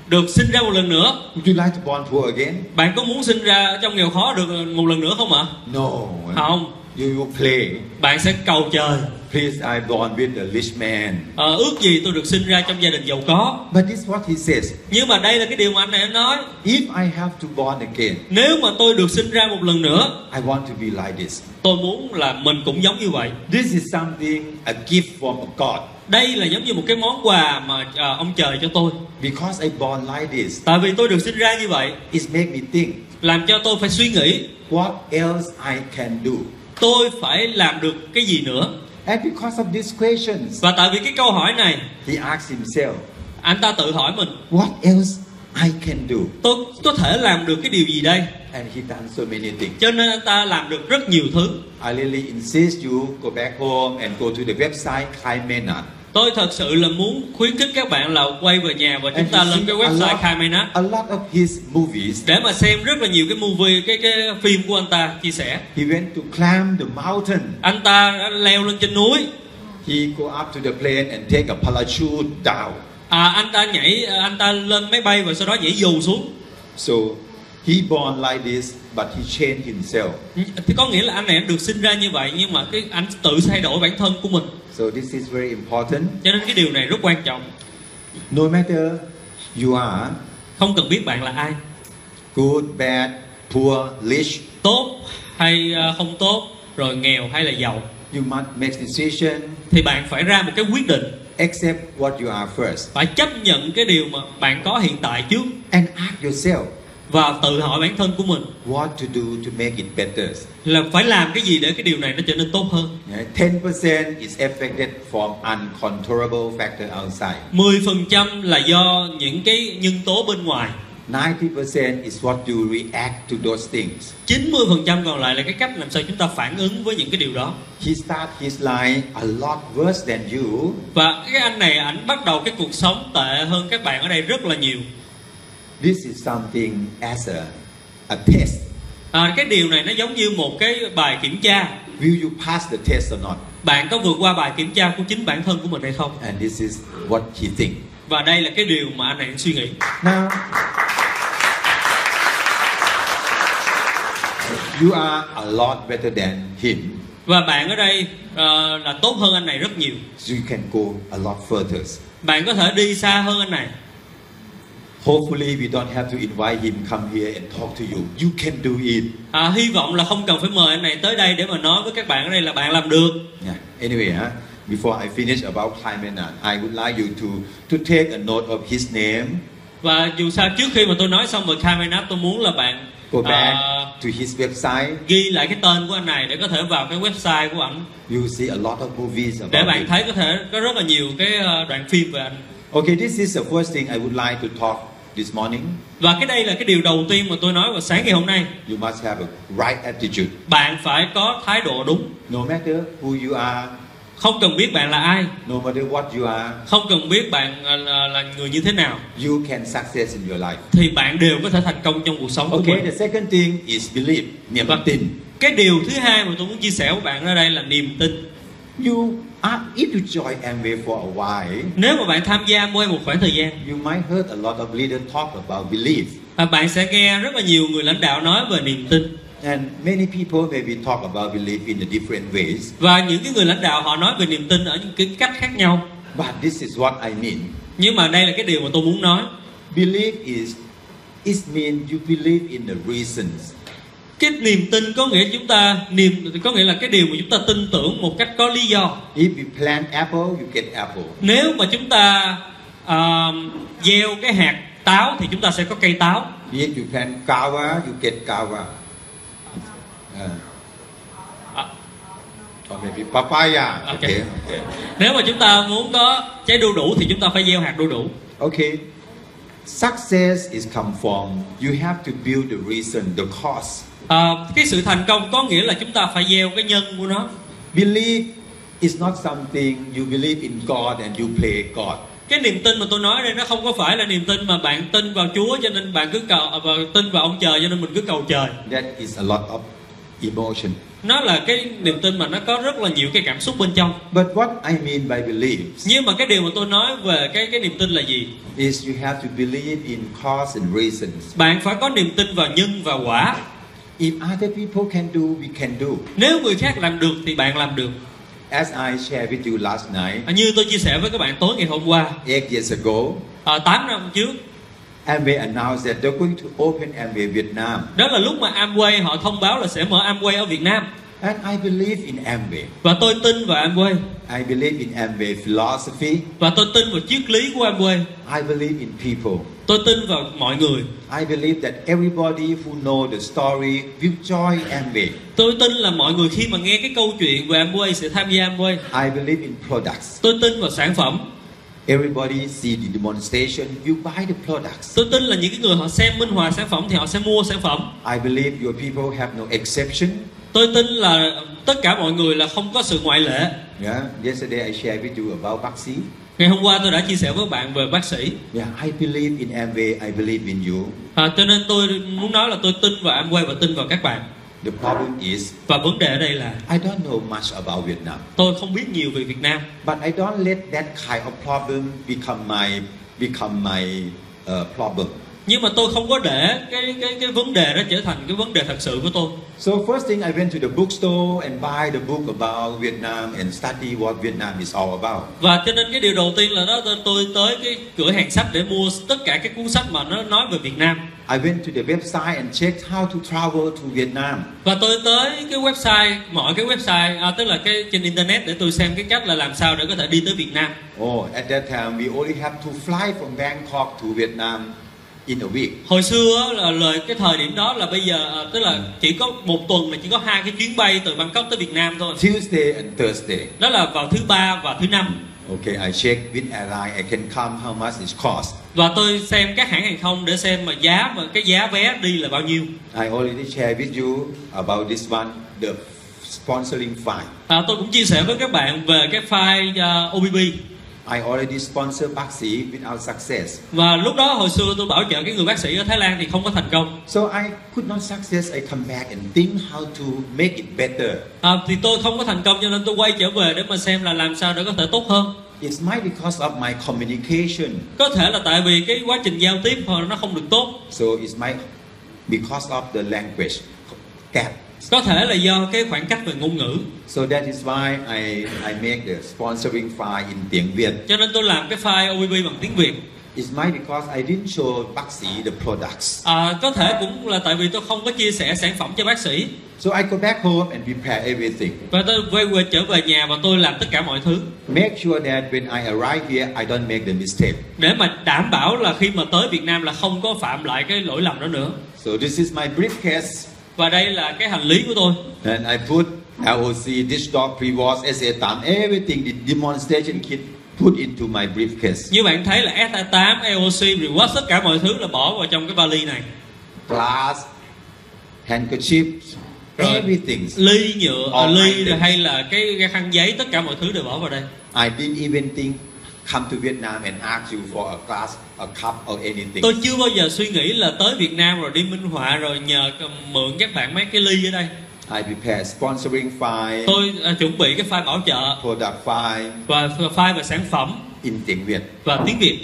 S2: được sinh ra một lần nữa
S3: would you like to born poor again?
S2: bạn có muốn sinh ra trong nghèo khó được một lần nữa không ạ
S3: No.
S2: không
S3: You will play.
S2: bạn sẽ cầu trời
S3: Please, I born with a rich man.
S2: Ờ, ước gì tôi được sinh ra trong gia đình giàu có
S3: But this is what he says.
S2: nhưng mà đây là cái điều mà anh này anh nói
S3: If I have to born again,
S2: nếu mà tôi được sinh ra một lần nữa
S3: I want to be like this.
S2: tôi muốn là mình cũng giống như vậy
S3: This is something a gift from God.
S2: đây là giống như một cái món quà mà ờ, ông trời cho tôi
S3: Because I born like this,
S2: tại vì tôi được sinh ra như vậy
S3: it make me think
S2: làm cho tôi phải suy nghĩ
S3: what else I can do.
S2: tôi phải làm được cái gì nữa
S3: And because of these questions,
S2: và tại vì cái câu hỏi này
S3: he asked himself,
S2: anh ta tự hỏi mình
S3: What else I can do?
S2: tôi có thể làm được cái điều gì đây
S3: And he done so many things.
S2: cho nên anh ta làm được rất nhiều thứ
S3: I really insist you go back home and go to the website Kai Menat.
S2: tôi thật sự là muốn khuyến khích các bạn là quay về nhà và chúng
S3: And
S2: ta
S3: you
S2: lên
S3: see
S2: cái
S3: a
S2: website
S3: lot-
S2: Khaimena
S3: A lot of his movies,
S2: để mà xem rất là nhiều cái movie cái cái phim của anh ta chia sẻ
S3: he went to climb the mountain.
S2: anh ta đã leo lên trên núi
S3: He go up to the plane and take a parachute down.
S2: à, anh ta nhảy anh ta lên máy bay và sau đó nhảy dù xuống
S3: So he born like this, but he changed himself.
S2: thì có nghĩa là anh này anh được sinh ra như vậy nhưng mà cái anh tự thay đổi bản thân của mình
S3: So this is very important.
S2: cho nên cái điều này rất quan trọng
S3: No matter you are
S2: không cần biết bạn là ai
S3: good, bad, poor, rich,
S2: tốt hay ờ, không tốt rồi nghèo hay là giàu
S3: you must make decision,
S2: thì bạn phải ra một cái quyết định
S3: accept what you are first,
S2: phải chấp nhận cái điều mà bạn có hiện tại trước
S3: and ask yourself
S2: và tự hỏi bản thân của mình
S3: what to do to make it better.
S2: là phải làm cái gì để cái điều này nó trở nên tốt hơn
S3: Ten percent is affected from uncontrollable factor outside.
S2: 10% là do những cái nhân tố bên ngoài
S3: Ninety percent is what you react to those things.
S2: 90% còn lại là cái cách làm sao chúng ta phản ứng với những cái điều đó
S3: He start his life a lot worse than you.
S2: và cái anh này ảnh bắt đầu cái cuộc sống tệ hơn các bạn ở đây rất là nhiều
S3: This is something as a a test.
S2: à, cái điều này nó giống như một cái bài kiểm tra
S3: Will you pass the test or not?
S2: bạn có vượt qua bài kiểm tra của chính bản thân của mình hay không
S3: And this is what he think.
S2: và đây là cái điều mà anh này anh suy nghĩ
S3: Now, you are a lot better than him,
S2: và bạn ở đây ờ, là tốt hơn anh này rất nhiều
S3: so you can go a lot further.
S2: bạn có thể đi xa hơn anh này
S3: Hopefully, we don't have to invite him come here and talk to you. You can do it.
S2: à, hy vọng là không cần phải mời anh này tới đây để mà nói với các bạn ở đây là bạn làm được
S3: Yeah. Anyway, huh? before I finish about climate, I would like you to to take a note of his name,
S2: và dù sao trước khi mà tôi nói xong về Kamenap tôi muốn là bạn
S3: go back
S2: ờ,
S3: to his website.
S2: ghi lại cái tên của anh này để có thể vào cái website của ảnh
S3: You see a lot of movies
S2: để
S3: about
S2: bạn
S3: him.
S2: thấy có thể có rất là nhiều cái ờ, đoạn phim về anh
S3: Okay, this is the first thing I would like to talk this morning.
S2: và cái đây là cái điều đầu tiên mà tôi nói vào sáng ngày hôm nay
S3: You must have a right attitude.
S2: bạn phải có thái độ đúng
S3: No matter who you are,
S2: không cần biết bạn là ai
S3: no matter what you are,
S2: không cần biết bạn ờ, là, là người như thế nào
S3: you can success in your life.
S2: thì bạn đều có thể thành công trong cuộc sống của
S3: Okay,
S2: mình
S3: the second thing is belief, niềm
S2: Vâng.
S3: tin.
S2: cái điều thứ hai mà tôi muốn chia sẻ với bạn ở đây là niềm tin
S3: You Ah, if you join Amway for a while,
S2: nếu mà bạn tham gia mua một khoảng thời gian
S3: you might heard a lot of leaders talk about belief.
S2: à, bạn sẽ nghe rất là nhiều người lãnh đạo nói về niềm tin
S3: And many people maybe talk about belief in the different ways.
S2: và những cái người lãnh đạo họ nói về niềm tin ở những cái cách khác nhau
S3: But this is what I mean.
S2: nhưng mà đây là cái điều mà tôi muốn nói
S3: Belief is it means you believe in the reasons.
S2: cái niềm tin có nghĩa chúng ta niềm có nghĩa là cái điều mà chúng ta tin tưởng một cách có lý do
S3: If you plant apple, you get apple.
S2: nếu mà chúng ta à, gieo cái hạt táo thì chúng ta sẽ có cây táo
S3: If you plant kawa, you get kawa. Uh,
S2: À.
S3: or maybe papaya.
S2: Okay.
S3: Okay.
S2: nếu mà chúng ta muốn có trái đu đủ thì chúng ta phải gieo hạt đu đủ
S3: okay. Success is come from you have to build the reason, the cause.
S2: À, cái sự thành công có nghĩa là chúng ta phải gieo cái nhân của nó
S3: Belief is not something you believe in God and you play God.
S2: cái niềm tin mà tôi nói đây nó không có phải là niềm tin mà bạn tin vào Chúa cho nên bạn cứ cầu à, và tin vào ông trời cho nên mình cứ cầu trời
S3: That is a lot of emotion.
S2: nó là cái niềm tin mà nó có rất là nhiều cái cảm xúc bên trong
S3: But what I mean by beliefs
S2: nhưng mà cái điều mà tôi nói về cái cái niềm tin là gì
S3: is you have to believe in cause and reasons.
S2: bạn phải có niềm tin vào nhân và quả
S3: If other people can do, we can do.
S2: nếu người khác làm được thì bạn làm được
S3: As I shared with you last night,
S2: à, như tôi chia sẻ với các bạn tối ngày hôm qua
S3: eight years ago,
S2: à, 8 năm trước
S3: Amway announced that they're going to open Amway Vietnam.
S2: đó là lúc mà Amway họ thông báo là sẽ mở Amway ở Việt Nam
S3: And I believe in Amway.
S2: và tôi tin vào Amway
S3: I believe in Amway philosophy.
S2: và tôi tin vào triết lý của Amway
S3: I believe in people.
S2: tôi tin vào mọi người
S3: I believe that everybody who know the story will join Amway.
S2: tôi tin là mọi người khi mà nghe cái câu chuyện về Amway sẽ tham gia Amway
S3: I believe in products.
S2: tôi tin vào sản phẩm
S3: Everybody see the demonstration, you buy the products.
S2: tôi tin là những cái người họ xem minh họa sản phẩm thì họ sẽ mua sản phẩm
S3: I believe your people have no exception.
S2: tôi tin là tất cả mọi người là không có sự ngoại lệ
S3: Yeah. Yesterday I shared with you about Baxi.
S2: ngày hôm qua tôi đã chia sẻ với các bạn về bác sĩ
S3: Yeah, I believe in Amway. I believe in you.
S2: à, cho nên tôi muốn nói là tôi tin vào Amway và tin vào các bạn
S3: The problem is
S2: và vấn đề ở đây là
S3: I don't know much about Vietnam,
S2: tôi không biết nhiều về Việt Nam
S3: but I don't let that kind of problem become my become my uh, problem.
S2: nhưng mà tôi không có để cái cái cái vấn đề đó trở thành cái vấn đề thật sự của tôi
S3: So first thing, I went to the bookstore and buy the book about Vietnam and study what Vietnam is all about.
S2: và cho nên cái điều đầu tiên là đó tôi, tôi tới cái cửa hàng sách để mua tất cả các cuốn sách mà nó nói về Việt Nam
S3: I went to the website and checked how to travel to Vietnam.
S2: và tôi tới cái website mọi cái website à, tức là cái trên internet để tôi xem cái cách là làm sao để có thể đi tới Việt Nam
S3: Oh, at that time, we only have to fly from Bangkok to Vietnam in a week.
S2: hồi xưa á, là lời cái thời điểm đó là bây giờ à, tức là chỉ có một tuần là chỉ có hai cái chuyến bay từ Bangkok tới Việt Nam thôi
S3: Tuesday and Thursday.
S2: đó là vào thứ ba và thứ năm
S3: Okay, I check with airline. I can come. How much it cost?
S2: và tôi xem các hãng hàng không để xem mà giá mà cái giá vé đi là bao nhiêu
S3: I already shared with you about this one, the sponsoring fine.
S2: à, tôi cũng chia sẻ với các bạn về cái file à, OBB
S3: I already sponsor Baxi without success.
S2: Và lúc đó hồi xưa tôi bảo trợ cái người bác sĩ ở Thái Lan thì không có thành công
S3: So I could not success. I come back and think how to make it better.
S2: à, Thì tôi không có thành công cho nên tôi quay trở về để mà xem là làm sao để có thể tốt hơn
S3: It's might because of my communication.
S2: Có thể là tại vì cái quá trình giao tiếp hồi nó không được tốt
S3: So it's might because of the language gap.
S2: Có thể là do cái khoảng cách về ngôn ngữ
S3: So that is why I, I make the sponsoring file in tiếng Việt.
S2: Cho nên tôi làm cái file OBB bằng tiếng Việt
S3: It's might because I didn't show Baxi the products.
S2: à, Có thể cũng là tại vì tôi không có chia sẻ sản phẩm cho bác sĩ
S3: So I go back home and prepare everything.
S2: Và tôi quay về trở về nhà và tôi làm tất cả mọi thứ
S3: Make sure that when I arrive here, I don't make the mistake.
S2: Để mà đảm bảo là khi mà tới Việt Nam là không có phạm lại cái lỗi lầm đó nữa
S3: So this is my briefcase,
S2: Và đây là cái hành lý của tôi
S3: and I put LOC, dish dog, pre-wash, SA8, everything, the demonstration kit, put into my briefcase.
S2: Như bạn thấy là SA8, EOC, Reward, tất cả mọi thứ là bỏ vào trong cái vali này
S3: Glass, handkerchief,
S2: Rồi.
S3: everything.
S2: Ly nhựa, à,
S3: All
S2: ly
S3: my things.
S2: hay là cái, cái khăn giấy, tất cả mọi thứ đều bỏ vào đây
S3: I didn't even think, come to Vietnam and ask you for a glass, a cup, or anything.
S2: Tôi chưa bao giờ suy nghĩ là tới Việt Nam rồi đi minh họa rồi nhờ c- mượn các bạn mấy cái ly ở đây
S3: I prepare sponsoring file,
S2: tôi à, chuẩn bị cái file bảo trợ
S3: product file
S2: và file về sản phẩm
S3: in tiếng Việt.
S2: và tiếng Việt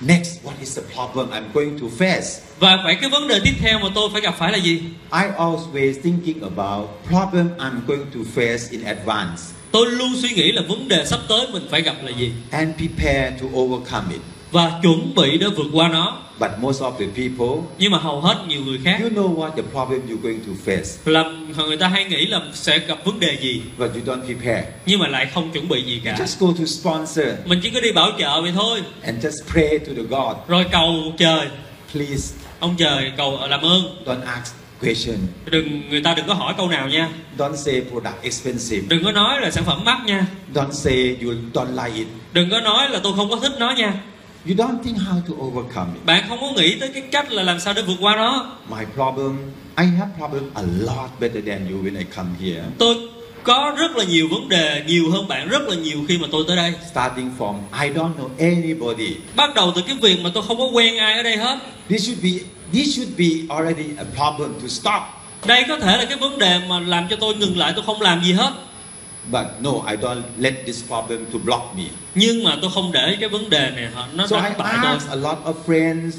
S3: Next, what is the problem I'm going to face?
S2: và vậy cái vấn đề tiếp theo mà tôi phải gặp phải là gì
S3: I always thinking about problem I'm going to face in advance
S2: tôi luôn suy nghĩ là vấn đề sắp tới mình phải gặp là gì
S3: and prepare to overcome it.
S2: và chuẩn bị để vượt qua nó
S3: But most of the people,
S2: nhưng mà hầu hết nhiều người khác
S3: you know what the problem you're going to face,
S2: là người ta hay nghĩ là sẽ gặp vấn đề gì
S3: but you don't prepare.
S2: nhưng mà lại không chuẩn bị gì
S3: You
S2: cả
S3: just go to sponsor
S2: mình chỉ có đi bảo trợ vậy thôi
S3: and just pray to the God.
S2: rồi cầu trời
S3: Please
S2: ông trời cầu làm ơn
S3: don't ask question.
S2: đừng người ta đừng có hỏi câu nào nha
S3: Don't say product expensive.
S2: đừng có nói là sản phẩm mắc nha
S3: Don't say you don't like it.
S2: đừng có nói là tôi không có thích nó nha
S3: You don't think how to overcome it.
S2: bạn không có nghĩ tới cái cách là làm sao để vượt qua nó
S3: My problem, I have problem a lot better than you when I come here.
S2: tôi có rất là nhiều vấn đề nhiều hơn bạn rất là nhiều khi mà tôi tới đây
S3: Starting from I don't know anybody.
S2: bắt đầu từ cái việc mà tôi không có quen ai ở đây hết
S3: This should be this should be already a problem to stop.
S2: đây có thể là cái vấn đề mà làm cho tôi ngừng lại tôi không làm gì hết
S3: But no, I don't let this problem to block me.
S2: nhưng mà tôi không để cái vấn đề này họ- nó
S3: So I
S2: đánh bại tôi
S3: ask a lot of friends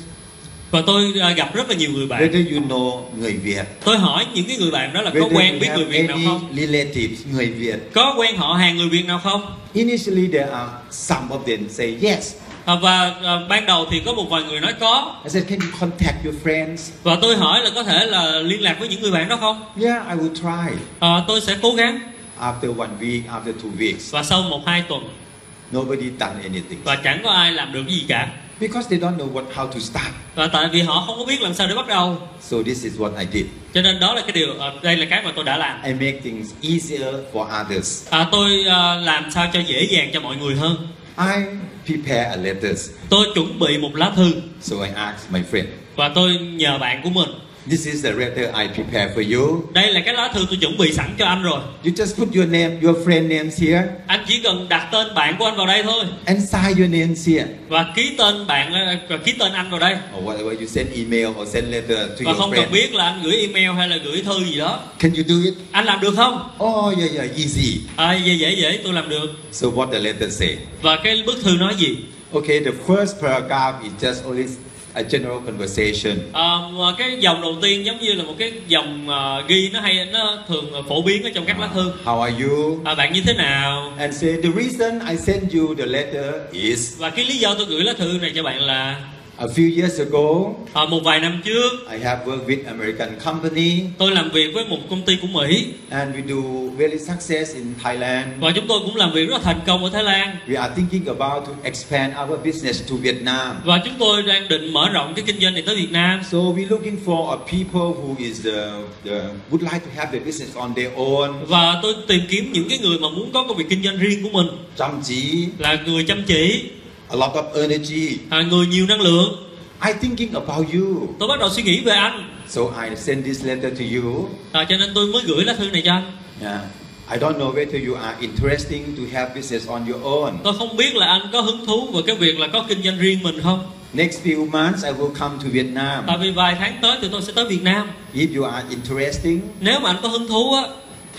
S2: và tôi à, gặp rất là nhiều người bạn
S3: whether you know người Việt,
S2: tôi hỏi những cái người bạn đó là có
S3: whether
S2: quen
S3: you
S2: biết người
S3: have
S2: việt nào
S3: any
S2: không
S3: relatives người Việt.
S2: có quen họ hàng người việt nào không
S3: Initially, there are some of them say yes.
S2: À, và à, ban đầu thì có một vài người nói có
S3: I said, can you contact your friends?
S2: và tôi hỏi là có thể là liên lạc với những người bạn đó không
S3: Yeah, I will try.
S2: À, tôi sẽ cố gắng
S3: After one week, after two weeks,
S2: và sau một hai tuần
S3: nobody done anything
S2: và chẳng có ai làm được cái gì cả
S3: because they don't know what how to start.
S2: và tại vì họ không có biết làm sao để bắt đầu
S3: So this is what I did.
S2: cho nên đó là cái điều à, đây là cái mà tôi đã làm
S3: I make things easier for others.
S2: à, tôi à, làm sao cho dễ dàng cho mọi người hơn
S3: I prepare a letters.
S2: tôi chuẩn bị một lá thư
S3: So I asked my friend,
S2: và tôi nhờ bạn của mình
S3: this is the letter I prepare for you.
S2: đây là cái lá thư tôi chuẩn bị sẵn cho anh rồi
S3: You just put your name, your friend names here,
S2: anh chỉ cần đặt tên bạn của anh vào đây thôi
S3: and sign your names here.
S2: và ký tên bạn ờ, và ký tên anh vào đây
S3: Or whatever you send email or send letter to
S2: và
S3: your
S2: không cần
S3: friend.
S2: biết là anh gửi email hay là gửi thư gì đó
S3: Can you do it?
S2: anh làm được không
S3: Oh yeah, yeah, easy.
S2: à, dễ dễ dễ tôi làm được
S3: So what the letter say?
S2: và cái bức thư nói gì
S3: Okay, the first paragraph is just only a general conversation.
S2: à, mà cái dòng đầu tiên giống như là một cái dòng ờ, ghi nó hay nó thường là phổ biến ở trong các lá thư
S3: How are you?
S2: à, bạn như thế nào
S3: And say the reason I send you the letter is
S2: và cái lý do tôi gửi lá thư này cho bạn là
S3: a few years ago
S2: ờ, một vài năm trước
S3: I have worked with American company
S2: tôi làm việc với một công ty của mỹ
S3: and we do very success in Thailand.
S2: và chúng tôi cũng làm việc rất là thành công ở thái lan
S3: We are thinking about to expand our business to Vietnam.
S2: và chúng tôi đang định mở rộng cái kinh doanh này tới Việt Nam
S3: So we're looking for a people who is the, the would like to have the business on their own,
S2: và tôi tìm kiếm những cái người mà muốn có công việc kinh doanh riêng của mình
S3: chăm chỉ,
S2: là người chăm chỉ
S3: a lot of energy.
S2: à, người nhiều năng lượng
S3: I thinking about you.
S2: tôi bắt đầu suy nghĩ về anh
S3: So I send this letter to you.
S2: à, cho nên tôi mới gửi lá thư này cho anh
S3: Yeah. I don't know whether you are interesting to have business on your own.
S2: tôi không biết là anh có hứng thú về cái việc là có kinh doanh riêng mình không
S3: Next few months I will come to
S2: tại
S3: Vietnam.
S2: vì vài tháng tới thì tôi sẽ tới Việt Nam
S3: If you are interesting,
S2: nếu mà anh có hứng thú á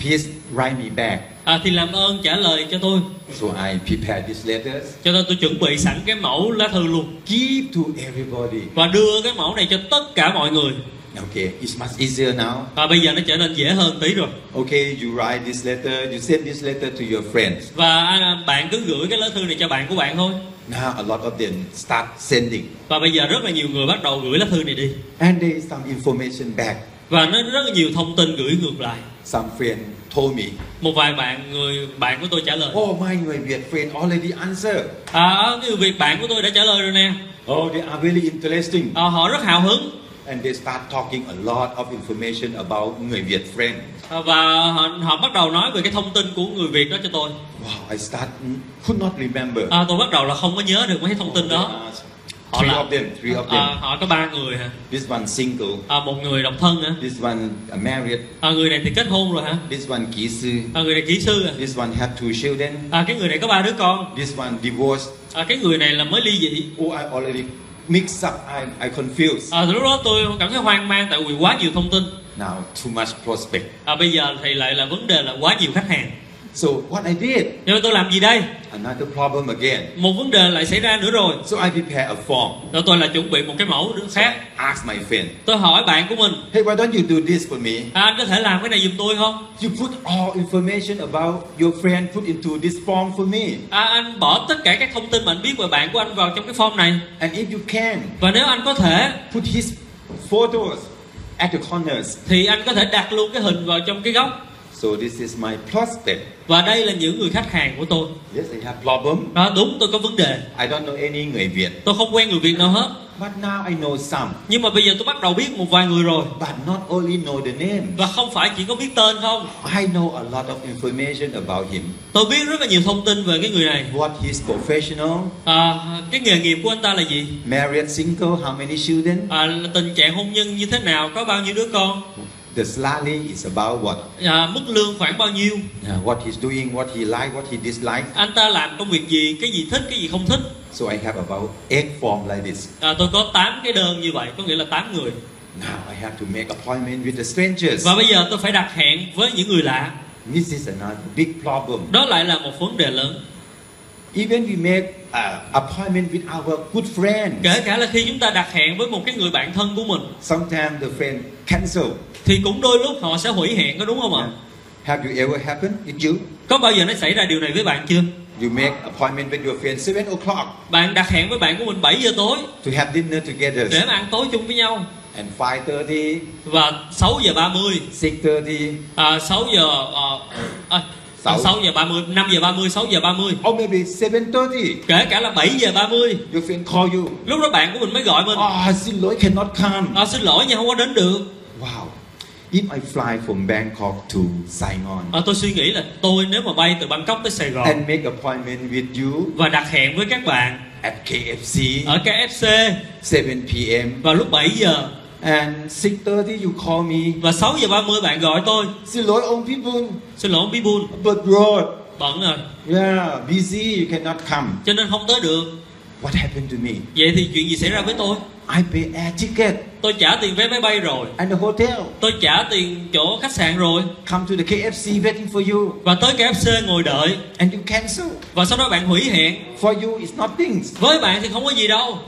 S3: please write me back.
S2: à, thì làm ơn trả lời cho tôi
S3: So I prepare these letters.
S2: cho nên tôi chuẩn bị sẵn cái mẫu lá thư luôn
S3: Give to everybody.
S2: và đưa cái mẫu này cho tất cả mọi người
S3: Okay, it's much easier now.
S2: và bây giờ nó trở nên dễ hơn tí rồi
S3: Okay, you write this letter, you send this letter to your friends.
S2: và à, bạn cứ gửi cái lá thư này cho bạn của bạn thôi
S3: Now a lot of them start sending.
S2: và bây giờ rất là nhiều người bắt đầu gửi lá thư này đi
S3: And there is some information back.
S2: và nó rất là nhiều thông tin gửi ngược lại
S3: Some friend told me,
S2: một vài bạn người bạn của tôi trả lời
S3: oh my người Việt friend already answered.
S2: à, cái việc bạn của tôi đã trả lời rồi nè
S3: Oh, they are really interesting.
S2: à, họ rất hào hứng
S3: And they start talking a lot of information about người Việt friend.
S2: à, và họ, họ bắt đầu nói về cái thông tin của người việt đó cho tôi
S3: Wow, I start mm, could not remember.
S2: à, tôi bắt đầu là không có nhớ được mấy cái thông tin đó
S3: They ask,
S2: Họ
S3: Three
S2: là-
S3: of them, three of
S2: à,
S3: them.
S2: họ có ba người hả
S3: This one single,
S2: à, một người độc thân hả
S3: this one married,
S2: à, người này thì kết hôn rồi hả
S3: this one kỹ sư,
S2: à, người này kỹ sư hả
S3: this one have two children,
S2: à, cái người này có ba đứa con
S3: this one divorced.
S2: à, cái người này là mới ly dị
S3: Oh, I already mixed up. I I confused.
S2: à, thì lúc đó tôi cảm thấy hoang mang tại vì quá nhiều thông tin
S3: Now too much prospect.
S2: à, bây giờ thì lại là vấn đề là quá nhiều khách hàng
S3: So what I did,
S2: nhưng mà tôi làm gì đây
S3: another problem again.
S2: một vấn đề lại xảy ra nữa rồi
S3: So I prepare a form.
S2: rồi tôi là chuẩn bị một cái mẫu đứa
S3: So I
S2: khác
S3: ask my friend,
S2: tôi hỏi bạn của mình
S3: hey, why don't you do this for me?
S2: à, anh có thể làm cái này giùm tôi không
S3: You put all information about your friend put into this form for me.
S2: à, anh bỏ tất cả các thông tin mà anh biết về bạn của anh vào trong cái form này
S3: And if you can,
S2: và nếu anh có thể
S3: put his photos at the corners.
S2: thì anh có thể đặt luôn cái hình vào trong cái góc
S3: So this is my prospect.
S2: và đây là những người khách hàng của tôi
S3: Yes, I have problem.
S2: đó đúng tôi có vấn đề
S3: I don't know any người Việt.
S2: tôi không quen người việt nào hết
S3: But now I know some.
S2: nhưng mà bây giờ tôi bắt đầu biết một vài người rồi
S3: But not only know the name.
S2: và không phải chỉ có biết tên không
S3: I know a lot of information about him.
S2: tôi biết rất là nhiều thông tin về cái người này
S3: What his professional,
S2: à, cái nghề nghiệp của anh ta là gì
S3: married, single, how many children.
S2: à, là tình trạng hôn nhân như thế nào có bao nhiêu đứa con
S3: The salary is about what,
S2: à, mức lương khoảng bao nhiêu
S3: uh, what he's doing, what he like, what he dislike.
S2: anh ta làm công việc gì cái gì thích cái gì không thích
S3: So I have about eight form like this.
S2: à, tôi có 8 cái đơn như vậy có nghĩa là 8 người
S3: Now I have to make appointment with the strangers.
S2: và bây giờ tôi phải đặt hẹn với những người lạ
S3: This is another big problem.
S2: đó lại là một vấn đề lớn
S3: Even we make uh, appointment with our good friend.
S2: kể cả là khi chúng ta đặt hẹn với một cái người bạn thân của mình
S3: Sometimes the friend cancel.
S2: thì cũng đôi lúc họ sẽ hủy hẹn có đúng không ạ
S3: Yeah. Have you ever happened with you?
S2: có bao giờ nó xảy ra điều này với bạn chưa
S3: You make appointment with your friend seven o'clock
S2: bạn đặt hẹn với bạn của mình 7 giờ tối
S3: to have dinner together,
S2: để mà ăn tối chung với nhau
S3: and five thirty,
S2: và 6 giờ 30
S3: six thirty,
S2: à, 6 giờ à, à,
S3: Sáu.
S2: 6 giờ 30 5 giờ 30 6 giờ 30
S3: or maybe seven thirty.
S2: kể cả là 7 giờ 30
S3: Your friend call you.
S2: lúc đó bạn của mình mới gọi mình
S3: Ah, xin lỗi, cannot come.
S2: à, xin lỗi nha không có đến được
S3: Wow. If I fly from Bangkok to Saigon
S2: à, tôi suy nghĩ là tôi nếu mà bay từ Bangkok tới Sài Gòn
S3: and make appointment with you
S2: và đặt hẹn với các bạn
S3: at KFC
S2: ở KFC
S3: 7 p.m.
S2: vào lúc 7 giờ
S3: and 6:30 you call me.
S2: và 6 giờ 30 bạn gọi tôi
S3: Xin lỗi ông Pipun,
S2: xin lỗi bí buôn
S3: but road.
S2: bận rồi
S3: Yeah, busy, you cannot come.
S2: cho nên không tới được
S3: What happened to me?
S2: vậy thì chuyện gì xảy ra với tôi
S3: I pay air ticket
S2: tôi trả tiền vé máy bay rồi
S3: and the hotel.
S2: tôi trả tiền chỗ khách sạn rồi
S3: Come to the KFC waiting for you
S2: và tới KFC ngồi đợi
S3: and you cancel.
S2: và sau đó bạn hủy hẹn
S3: For you it's not things,
S2: với bạn thì không có gì đâu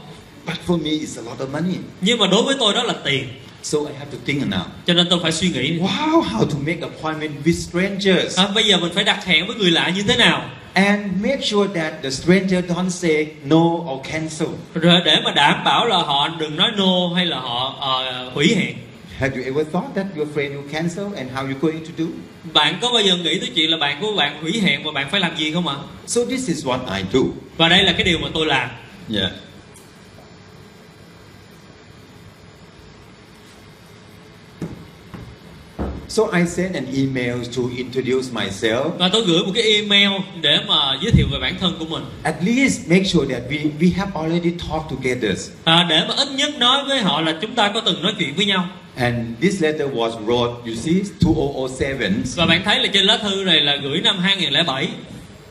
S3: but for me it's a lot of money.
S2: nhưng mà đối với tôi đó là tiền
S3: So I have to think now.
S2: cho nên tôi phải suy nghĩ
S3: Wow, how to make appointment with strangers
S2: à, bây giờ mình phải đặt hẹn với người lạ như thế nào
S3: and make sure that the stranger don't say no or cancel.
S2: rồi để mà đảm bảo là họ đừng nói no hay là họ ờ, hủy hẹn
S3: Have you ever thought that your friend will cancel and how you're going to do?
S2: bạn có bao giờ nghĩ tới chuyện là bạn của bạn hủy hẹn và bạn phải làm gì không ạ
S3: So this is what I do.
S2: và đây là cái điều mà tôi làm
S3: Yeah. So I sent an email to introduce myself.
S2: và tôi gửi một cái email để mà giới thiệu về bản thân của mình
S3: At least make sure that we, we have already talked together.
S2: à, để mà ít nhất nói với họ là chúng ta có từng nói chuyện với nhau
S3: And this letter was wrote, you see, 2007.
S2: và bạn thấy là trên lá thư này là gửi năm 2007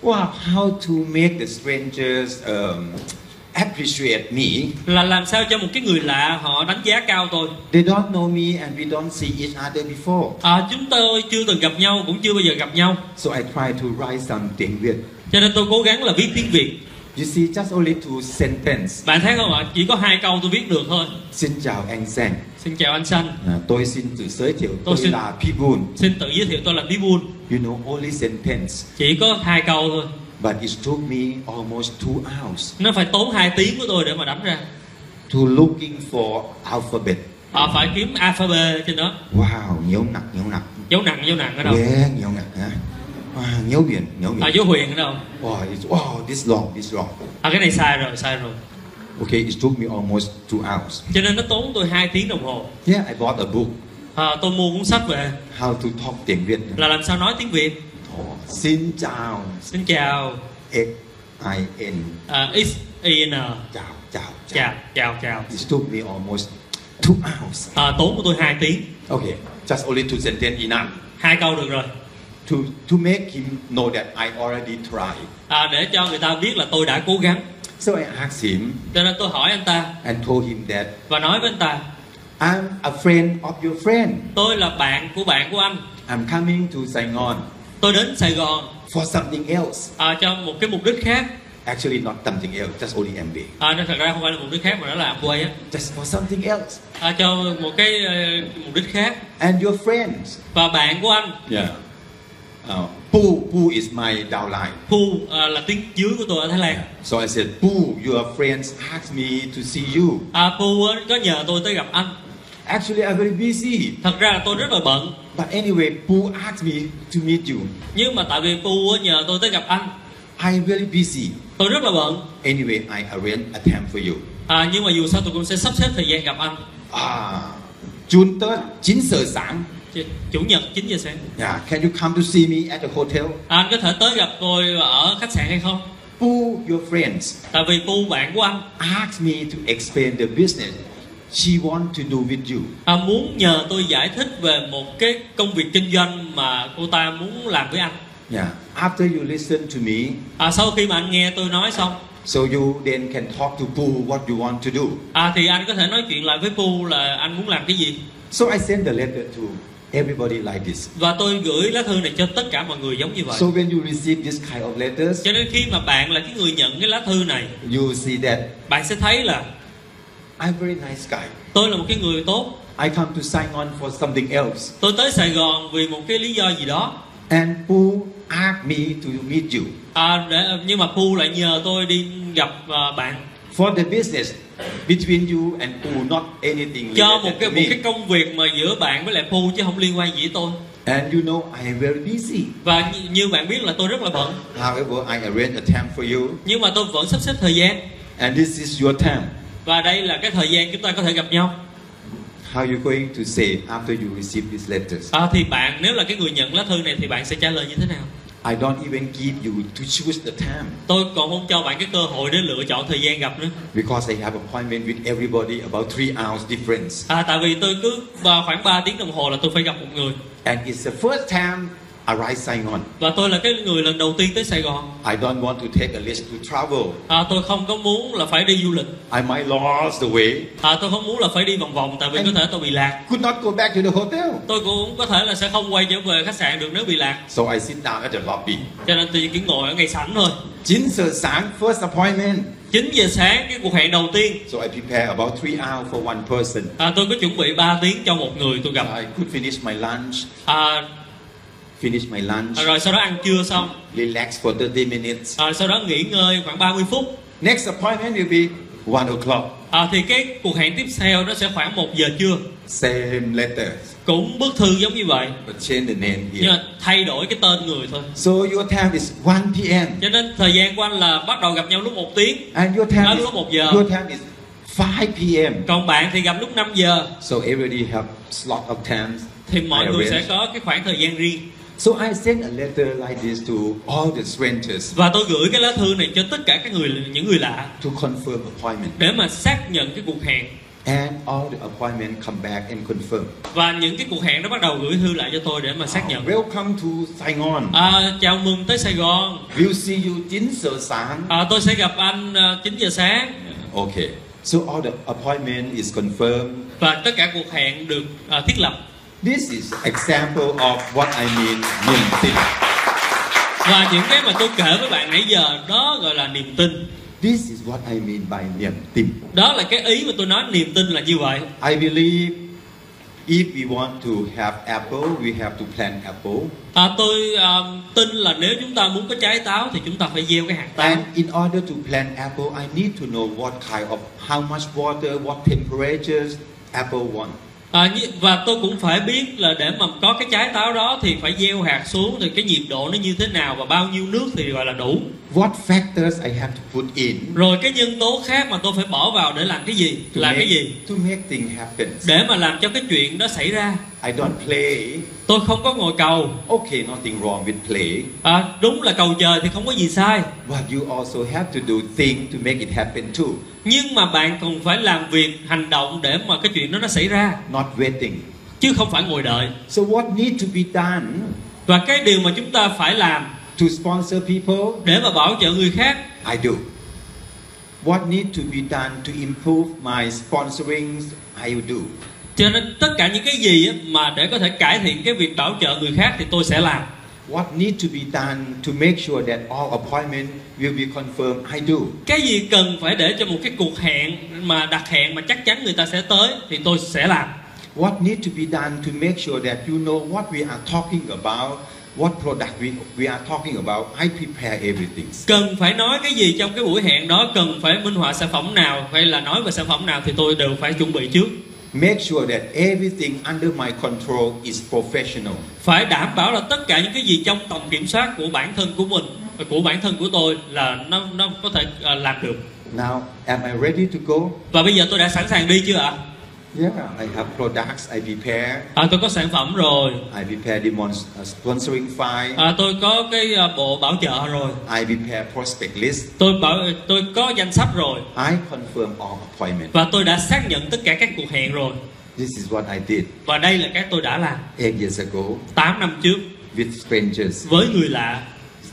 S3: Wow, how to make the strangers um, appreciate me.
S2: là làm sao cho một cái người lạ họ đánh giá cao tôi
S3: They don't know me and we don't see each other before.
S2: à, chúng tôi chưa từng gặp nhau cũng chưa bao giờ gặp nhau
S3: So I try to write something with,
S2: cho nên tôi cố gắng là viết tiếng việt
S3: you see, just only two sentences.
S2: bạn thấy không ạ chỉ có hai câu tôi viết được thôi
S3: Xin chào anh Sang.
S2: xin chào anh xanh
S3: À, tôi xin tự giới thiệu
S2: Tôi
S3: tôi,
S2: xin-
S3: là Pibun.
S2: xin tự giới thiệu tôi là bí buôn
S3: You know only sentence,
S2: chỉ có hai câu thôi
S3: but it took me almost two hours
S2: nó phải tốn hai tiếng của tôi để mà đánh ra
S3: to looking for alphabet.
S2: à, phải kiếm alphabet trên đó
S3: Wow, nhiều nặng, nhiều nặng.
S2: dấu nặng dấu nặng ở đâu
S3: Yeah, nhiều nặng hả? Wow, nhiều biển, nhiều biển.
S2: à, dấu huyền ở đâu
S3: Wow, it's, wow, this long, this long.
S2: à, cái này sai rồi sai rồi
S3: Okay, it took me almost two hours.
S2: cho nên nó tốn tôi hai tiếng đồng hồ
S3: Yeah, I bought a book,
S2: à, tôi mua cuốn sách về
S3: How to Talk Tiếng Việt.
S2: là làm sao nói tiếng việt
S3: Oh, xin chào,
S2: xin chào
S3: X-I-N,
S2: à, x i n
S3: chào, chào, chào.
S2: chào chào chào
S3: It took me almost two hours.
S2: à, tốn của tôi hai tiếng
S3: Okay, just only two sentence enough
S2: hai câu được rồi
S3: to to make him know that I already tried.
S2: à, để cho người ta biết là tôi đã cố gắng
S3: So I asked him
S2: cho nên tôi hỏi anh ta
S3: and told him that
S2: và nói với anh ta
S3: I'm a friend of your friend.
S2: tôi là bạn của bạn của anh
S3: I'm coming to Saigon
S2: tôi đến sài gòn
S3: for something else.
S2: à, cho một cái mục đích khác
S3: Actually, not something else, just only MB.
S2: à, nên thật ra không phải là mục đích khác mà đó là quay á
S3: Just for something else.
S2: à, cho một cái ờ, mục đích khác
S3: And your friends.
S2: và bạn của anh
S3: Yeah. Uh, Poo, Poo is my downline.
S2: Phu à, là tiếng dưới của tôi ở Thái Lan
S3: So I said, Poo, your friends asked me to see you.
S2: à, Phu á, có nhờ tôi tới gặp anh
S3: Actually, I'm very busy.
S2: thật ra là tôi rất là bận
S3: But anyway, Poo asked me to meet you.
S2: nhưng mà tại vì Phu á, nhờ tôi tới gặp anh
S3: I'm very busy.
S2: tôi rất là bận
S3: Anyway, I arrange a time for you.
S2: à, nhưng mà dù sao tôi cũng sẽ sắp xếp thời gian gặp anh
S3: Ah, June 3rd, 9 giờ sáng.
S2: Ch- chủ nhật 9 giờ sáng
S3: Yeah, can you come to see me at the hotel?
S2: à, anh có thể tới gặp tôi ở khách sạn hay không
S3: Poo, your friends
S2: tại vì Phu bạn của anh
S3: asked me to explain the business she want to do with you.
S2: à, muốn nhờ tôi giải thích về một cái công việc kinh doanh mà cô ta muốn làm với anh
S3: Yeah. After you listen to me,
S2: à, sau khi mà anh nghe tôi nói xong
S3: so you then can talk to Poo what you want to do.
S2: à, thì anh có thể nói chuyện lại với Phu là anh muốn làm cái gì
S3: So I send the letter to everybody like this.
S2: và tôi gửi lá thư này cho tất cả mọi người giống như vậy
S3: So when you receive this kind of letters,
S2: cho nên khi mà bạn là cái người nhận cái lá thư này
S3: you see that
S2: bạn sẽ thấy là
S3: I'm very nice guy.
S2: tôi là một cái người tốt
S3: I come to Saigon for something else.
S2: tôi tới sài gòn vì một cái lý do gì đó
S3: And Poo asked me to meet you.
S2: à, để, nhưng mà Phu lại nhờ tôi đi gặp à, bạn
S3: For the business between you and Poo, not anything
S2: cho một
S3: related
S2: cái
S3: to
S2: một cái
S3: me.
S2: công việc mà giữa bạn với lại Phu chứ không liên quan gì với tôi
S3: And you know I am very busy.
S2: và như, như bạn biết là tôi rất là bận
S3: However, I arrange a time for you,
S2: nhưng mà tôi vẫn sắp xếp thời gian
S3: and this is your time.
S2: và đây là cái thời gian chúng ta có thể gặp nhau
S3: How you going to say after you receive these letters?
S2: à, thì bạn nếu là cái người nhận lá thư này thì bạn sẽ trả lời như thế nào
S3: I don't even give you to choose the time
S2: tôi còn không cho bạn cái cơ hội để lựa chọn thời gian gặp nữa
S3: because I have appointment with everybody about three hours difference.
S2: à, tại vì tôi cứ vào khoảng 3 tiếng đồng hồ là tôi phải gặp một người
S3: And it's the first time I arrive Saigon.
S2: và tôi là cái người lần đầu tiên tới sài gòn
S3: I don't want to take a list to travel.
S2: à, tôi không có muốn là phải đi du lịch
S3: I might lost the way.
S2: à, tôi không muốn là phải đi vòng vòng tại vì có thể tôi bị lạc
S3: Could not go back to the hotel.
S2: tôi cũng có thể là sẽ không quay trở về khách sạn được nếu bị lạc
S3: So I sit down at the lobby.
S2: cho nên tôi chỉ ngồi ở ngay sảnh thôi
S3: 9 giờ sáng, first appointment.
S2: 9 giờ sáng cái cuộc hẹn đầu tiên
S3: So I prepare about three hours for one person.
S2: à, tôi có chuẩn bị 3 tiếng cho một người tôi gặp
S3: I could finish my lunch,
S2: à,
S3: finish my lunch,
S2: rồi sau đó ăn trưa xong
S3: relax for 30 minutes.
S2: à, sau đó nghỉ ngơi khoảng 30 phút
S3: Next appointment will be 1 o'clock.
S2: à, thì cái cuộc hẹn tiếp theo đó sẽ khoảng 1 giờ trưa
S3: Same letters,
S2: cũng bức thư giống như vậy
S3: but change the name
S2: nhưng
S3: here.
S2: mà thay đổi cái tên người thôi
S3: So your time is 1 p.m.
S2: cho nên thời gian của anh là bắt đầu gặp nhau lúc 1 tiếng
S3: and your
S2: Đó,
S3: time is,
S2: lúc một giờ.
S3: your time is 5 p.m.
S2: còn bạn thì gặp lúc 5 giờ
S3: So everybody have slot of times.
S2: thì mọi
S3: I
S2: người sẽ
S3: arrange.
S2: có cái khoảng thời gian riêng
S3: So I send a letter like this to all the strangers
S2: và tôi gửi cái lá thư này cho tất cả các người những người lạ
S3: to confirm appointment,
S2: để mà xác nhận cái cuộc hẹn
S3: and all the appointment come back and confirm.
S2: và những cái cuộc hẹn đó bắt đầu gửi thư lại cho tôi để mà xác nhận
S3: Welcome to Saigon.
S2: à, chào mừng tới Sài Gòn
S3: We'll see you 9 giờ sáng.
S2: à, tôi sẽ gặp anh à, 9 giờ sáng
S3: Okay. So all the appointment is confirmed.
S2: và tất cả cuộc hẹn được à, thiết lập
S3: This is example of what I mean niềm tin.
S2: và những cái mà tôi kể với bạn nãy giờ đó gọi là niềm tin
S3: This is what I mean by niềm tin.
S2: đó là cái ý mà tôi nói niềm tin là như vậy
S3: I believe if we want to have apple, we have to plant apple.
S2: à, tôi à, tin là nếu chúng ta muốn có trái táo thì chúng ta phải gieo cái hạt táo
S3: And in order to plant apple, I need to know what kind of, how much water, what temperatures apple want.
S2: à, như- và tôi cũng phải biết là để mà có cái trái táo đó thì phải gieo hạt xuống thì cái nhiệt độ nó như thế nào và bao nhiêu nước thì gọi là đủ
S3: What factors I have to put in
S2: rồi cái nhân tố khác mà tôi phải bỏ vào để làm cái gì
S3: to
S2: làm cái gì
S3: make, to make things happen.
S2: để mà làm cho cái chuyện đó xảy ra
S3: I don't play.
S2: tôi không có ngồi cầu
S3: Okay, nothing wrong with play.
S2: à, đúng là cầu trời thì không có gì sai
S3: But you also have to do things to make it happen too.
S2: nhưng mà bạn cần phải làm việc hành động để mà cái chuyện đó nó xảy ra
S3: Not waiting.
S2: chứ không phải ngồi đợi
S3: So what need to be done
S2: và cái điều mà chúng ta phải làm
S3: to sponsor people?
S2: để mà bảo trợ người khác
S3: I do. What need to be done to improve my sponsorings? I do.
S2: cho nên tất cả những cái gì á, mà để có thể cải thiện cái việc bảo trợ người khác thì tôi sẽ làm
S3: What need to be done to make sure that all appointment will be confirmed? I do.
S2: cái gì cần phải để cho một cái cuộc hẹn mà đặt hẹn mà chắc chắn người ta sẽ tới thì tôi sẽ làm
S3: What need to be done to make sure that you know what we are talking about, what product we, we are talking about? I prepare everything.
S2: cần phải nói cái gì trong cái buổi hẹn đó cần phải minh họa sản phẩm nào hay là nói về sản phẩm nào thì tôi đều phải chuẩn bị trước
S3: Make sure that everything under my control is professional.
S2: phải đảm bảo là tất cả những cái gì trong tầm kiểm soát của bản thân của mình và của bản thân của tôi là nó nó có thể ờ, làm được
S3: Now, am I ready to go?
S2: và bây giờ tôi đã sẵn sàng đi chưa ạ
S3: Yeah, I have products I prepare.
S2: à, tôi có sản phẩm rồi
S3: I prepare demons- uh, sponsoring file.
S2: à, tôi có cái ờ, bộ bảo trợ rồi
S3: I prepare prospect list.
S2: tôi bảo tôi có danh sách rồi
S3: I confirm all appointment.
S2: và tôi đã xác nhận tất cả các cuộc hẹn rồi
S3: This is what I did
S2: và đây là cái tôi đã làm
S3: eight years ago
S2: 8 năm trước
S3: with strangers,
S2: với người lạ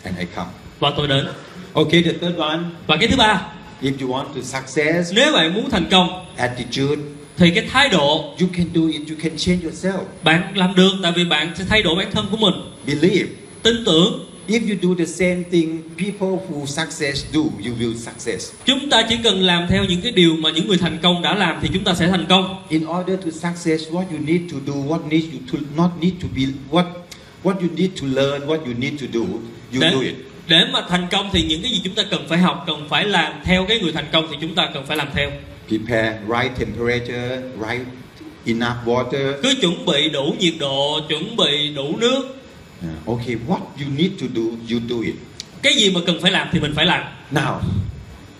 S3: and I come.
S2: và tôi đến
S3: Okay, the third one.
S2: và cái thứ ba
S3: If you want to success,
S2: nếu bạn muốn thành công
S3: attitude,
S2: thì cái thái độ
S3: you can do it. You can change yourself.
S2: bạn làm được tại vì bạn sẽ thay đổi bản thân của mình
S3: Believe.
S2: tin tưởng
S3: If you do the same thing people who success do, you will success.
S2: chúng ta chỉ cần làm theo những cái điều mà những người thành công đã làm thì chúng ta sẽ thành công
S3: In order to success, what you need to do, what needs you to not need to be, what what you need to learn, what you need to do, you
S2: để,
S3: do it.
S2: để mà thành công thì những cái gì chúng ta cần phải học cần phải làm theo cái người thành công thì chúng ta cần phải làm theo
S3: Prepare right temperature, right enough water,
S2: cứ chuẩn bị đủ nhiệt độ chuẩn bị đủ nước
S3: Yeah. Okay, what you need to do, you do it.
S2: cái gì mà cần phải làm thì mình phải làm
S3: Now,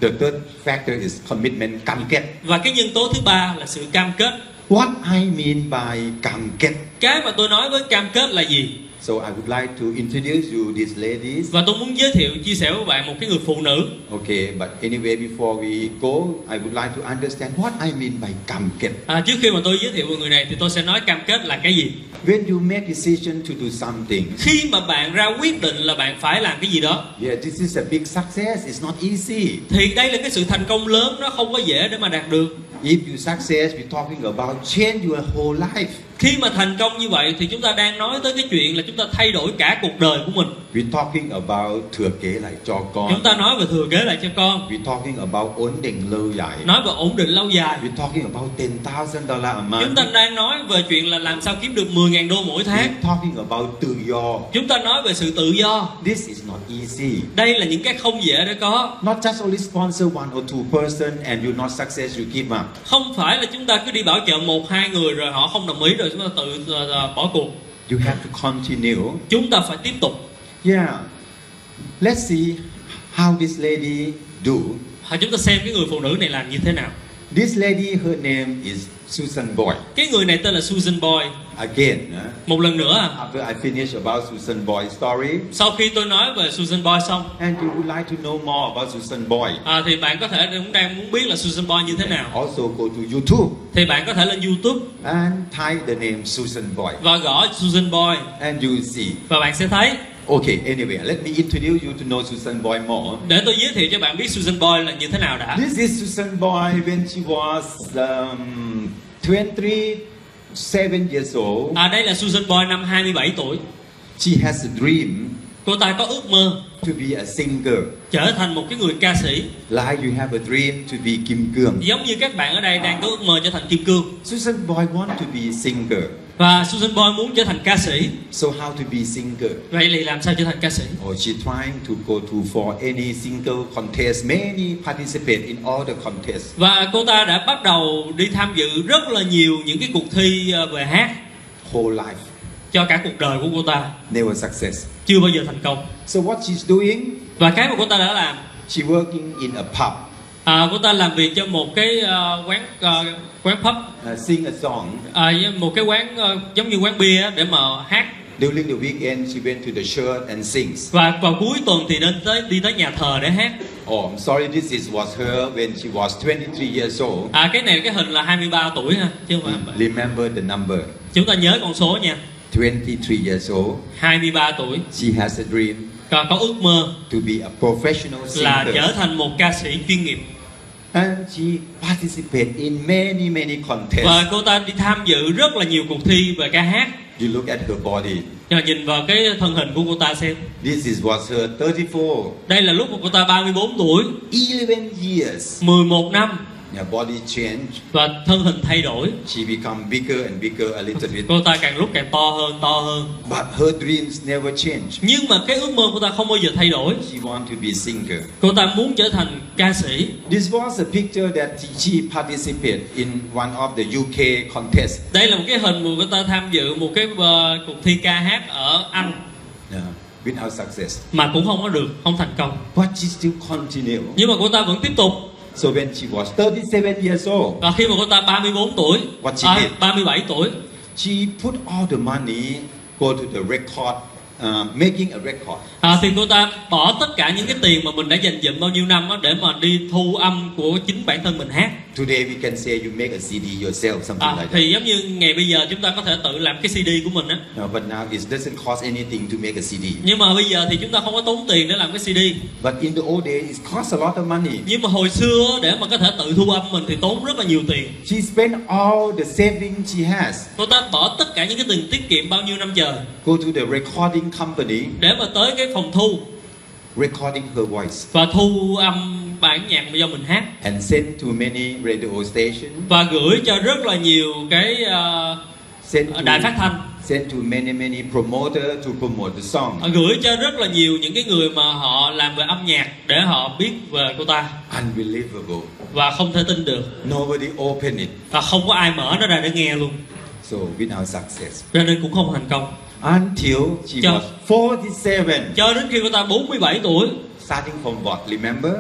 S3: the third factor is commitment, cam kết.
S2: và cái nhân tố thứ ba là sự cam kết
S3: What I mean by cam kết.
S2: cái mà tôi nói với cam kết là gì
S3: So I would like to introduce you these ladies.
S2: và tôi muốn giới thiệu chia sẻ với bạn một cái người phụ nữ
S3: Okay, but anyway, before we go, I would like to understand what I mean by cam kết.
S2: à, trước khi mà tôi giới thiệu về người này thì tôi sẽ nói cam kết là cái gì
S3: When you make decision to do something,
S2: khi mà bạn ra quyết định là bạn phải làm cái gì đó
S3: yeah, this is a big success. It's not easy.
S2: thì đây là cái sự thành công lớn nó không có dễ để mà đạt được
S3: If you success, we're talking about change your whole life.
S2: khi mà thành công như vậy thì chúng ta đang nói tới cái chuyện là chúng ta thay đổi cả cuộc đời của mình
S3: We're talking about thừa kế lại cho con.
S2: chúng ta nói về thừa kế lại cho con
S3: We're talking about ổn định lâu dài.
S2: nói về ổn định lâu dài
S3: We're talking about ten thousand dollar a
S2: chúng
S3: month.
S2: ta eh? đang nói về chuyện là làm sao kiếm được 10.000 đô mỗi tháng
S3: We're talking about tự do.
S2: chúng ta nói về sự tự do
S3: This is not easy.
S2: đây là những cái không dễ để có
S3: Not just only sponsor one or two person and you're not success, you give up.
S2: không phải là chúng ta cứ đi bảo trợ một hai người rồi họ không đồng ý rồi chúng ta tự ờ, ờ, bỏ cuộc
S3: You have to continue.
S2: chúng ta phải tiếp tục
S3: Yeah. Let's see how this lady do.
S2: Hả, chúng ta xem cái người phụ nữ này làm như thế nào
S3: This lady, her name is Susan Boyd.
S2: cái người này tên là Susan Boy
S3: Again, uh,
S2: một lần nữa à,
S3: after I finish about Susan Boyd's story,
S2: sau khi tôi nói về Susan Boy xong
S3: and you would like to know more about Susan Boyd,
S2: à, thì bạn có thể cũng đang muốn biết là Susan Boy như thế nào
S3: also go to YouTube
S2: thì bạn có thể lên YouTube
S3: and type the name Susan Boyd.
S2: và gõ Susan Boy
S3: And you see.
S2: và bạn sẽ thấy
S3: Okay, anyway, let me introduce you to know Susan Boy more.
S2: để tôi giới thiệu cho bạn biết Susan Boy là như thế nào đã
S3: This is Susan Boy when she was um, 27 years old.
S2: à, đây là Susan Boy năm 27 tuổi
S3: She has a dream
S2: cô ta có ước mơ
S3: to be a singer.
S2: trở thành một cái người ca sĩ
S3: Like you have a dream to be Kim Cương.
S2: giống như các bạn ở đây đang có ước mơ trở thành kim cương
S3: Susan Boy want to be singer.
S2: và Susan Boy muốn trở thành ca sĩ
S3: So how to be singer?
S2: vậy thì làm sao trở thành ca sĩ
S3: Oh, she trying to go to for any single contest. Many participate in all the contests.
S2: và cô ta đã bắt đầu đi tham dự rất là nhiều những cái cuộc thi ờ, về hát
S3: Whole life,
S2: cho cả cuộc đời của cô ta
S3: never success.
S2: chưa bao giờ thành công
S3: So what she's doing?
S2: và cái mà cô ta đã làm
S3: She working in a pub,
S2: à, cô ta làm việc cho một cái ờ, quán ờ, quán pub
S3: uh, sing a song.
S2: à, một cái quán ờ, giống như quán bia á, để mà hát
S3: During the weekend, she went to the church and sings.
S2: và vào cuối tuần thì đến tới đi tới nhà thờ để hát
S3: Oh, I'm sorry, this is, was her when she was 23 years old.
S2: à, cái này cái hình là 23 tuổi ha chứ không phải
S3: Remember the number,
S2: chúng ta nhớ con số nha
S3: 23 years old.
S2: 23 tuổi
S3: She has a dream
S2: và có ước mơ
S3: to be a professional
S2: là trở
S3: singer.
S2: thành một ca sĩ chuyên nghiệp
S3: And she participated in many, many
S2: và
S3: contests.
S2: cô ta đi tham dự rất là nhiều cuộc thi về ca hát
S3: You look at her body.
S2: Nhờ nhìn vào cái thân hình của cô ta xem
S3: This is was her 34,
S2: Đây là lúc mà cô ta 34 tuổi
S3: 11 years.
S2: 11 năm
S3: Her body changed.
S2: Và thân hình thay đổi
S3: She become bigger and bigger a little bit.
S2: Cô ta càng lúc càng to hơn to hơn
S3: But her dreams never change.
S2: Nhưng mà cái ước mơ của ta không bao giờ thay đổi
S3: She want to be singer.
S2: Cô ta muốn trở thành ca sĩ
S3: This was a picture that she participated in one of the UK contests.
S2: Đây là một cái hình mà cô ta tham dự một cái ờ, cuộc thi ca hát ở Anh
S3: Yeah, without success.
S2: Mà cũng không có được, không thành công
S3: But she still continued.
S2: Nhưng mà cô ta vẫn tiếp tục
S3: So when she was 37 years old,
S2: Và khi mà cô ta 34 tuổi
S3: What she
S2: à,
S3: did.
S2: 37 tuổi
S3: she put all the money go to the record, uh, making a record.
S2: à, Thì cô ta bỏ tất cả những cái tiền mà mình đã dành dụm bao nhiêu năm á, Để mà đi thu âm của chính bản thân mình hát
S3: Today we can say you make a CD yourself, something
S2: à,
S3: like that.
S2: Thì giống như ngày bây giờ chúng ta có thể tự làm cái CD của mình á
S3: No, but now it doesn't cost anything to make a CD.
S2: Nhưng mà bây giờ thì chúng ta không có tốn tiền để làm cái CD
S3: But in the old days, it costs a lot of money.
S2: Nhưng mà hồi xưa á, để mà có thể tự thu âm mình thì tốn rất là nhiều tiền
S3: She spent all the savings she has,
S2: Cô ta bỏ tất cả những cái tiền tiết kiệm bao nhiêu năm chờ
S3: go to the recording company,
S2: Để mà tới cái phòng thu
S3: recording her voice,
S2: Và thu âm bản nhạc mà do mình hát
S3: and sent to many radio stations,
S2: Và gửi cho rất là nhiều cái ờ,
S3: sent
S2: đài phát
S3: to,
S2: thanh
S3: sent to many, many promoters to promote the
S2: Họ
S3: song.
S2: gửi cho rất là nhiều những cái người mà họ làm về âm nhạc để họ biết về cô ta
S3: Unbelievable.
S2: và không thể tin được
S3: Nobody opened it.
S2: và không có ai mở nó ra để nghe luôn
S3: So without success.
S2: cho nên cũng không thành công
S3: Until she
S2: Cho-
S3: was 47.
S2: cho đến khi cô ta 47 tuổi
S3: Starting from what? Remember?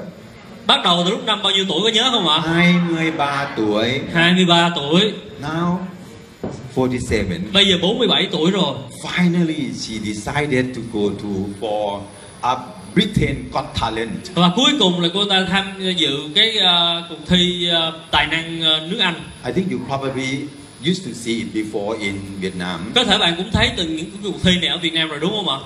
S2: bắt đầu từ lúc năm bao nhiêu tuổi có nhớ không ạ
S3: 23 tuổi.
S2: 23 tuổi
S3: Now 47.
S2: bây giờ 47 tuổi rồi
S3: Finally she decided to go to for a Britain Got Talent.
S2: và cuối cùng là cô ta tham dự cái ờ, cuộc thi ờ, tài năng ờ, nước Anh
S3: I think you probably used to see it before in Vietnam.
S2: có thể bạn cũng thấy từng những cái cuộc thi này ở Việt Nam rồi đúng không ạ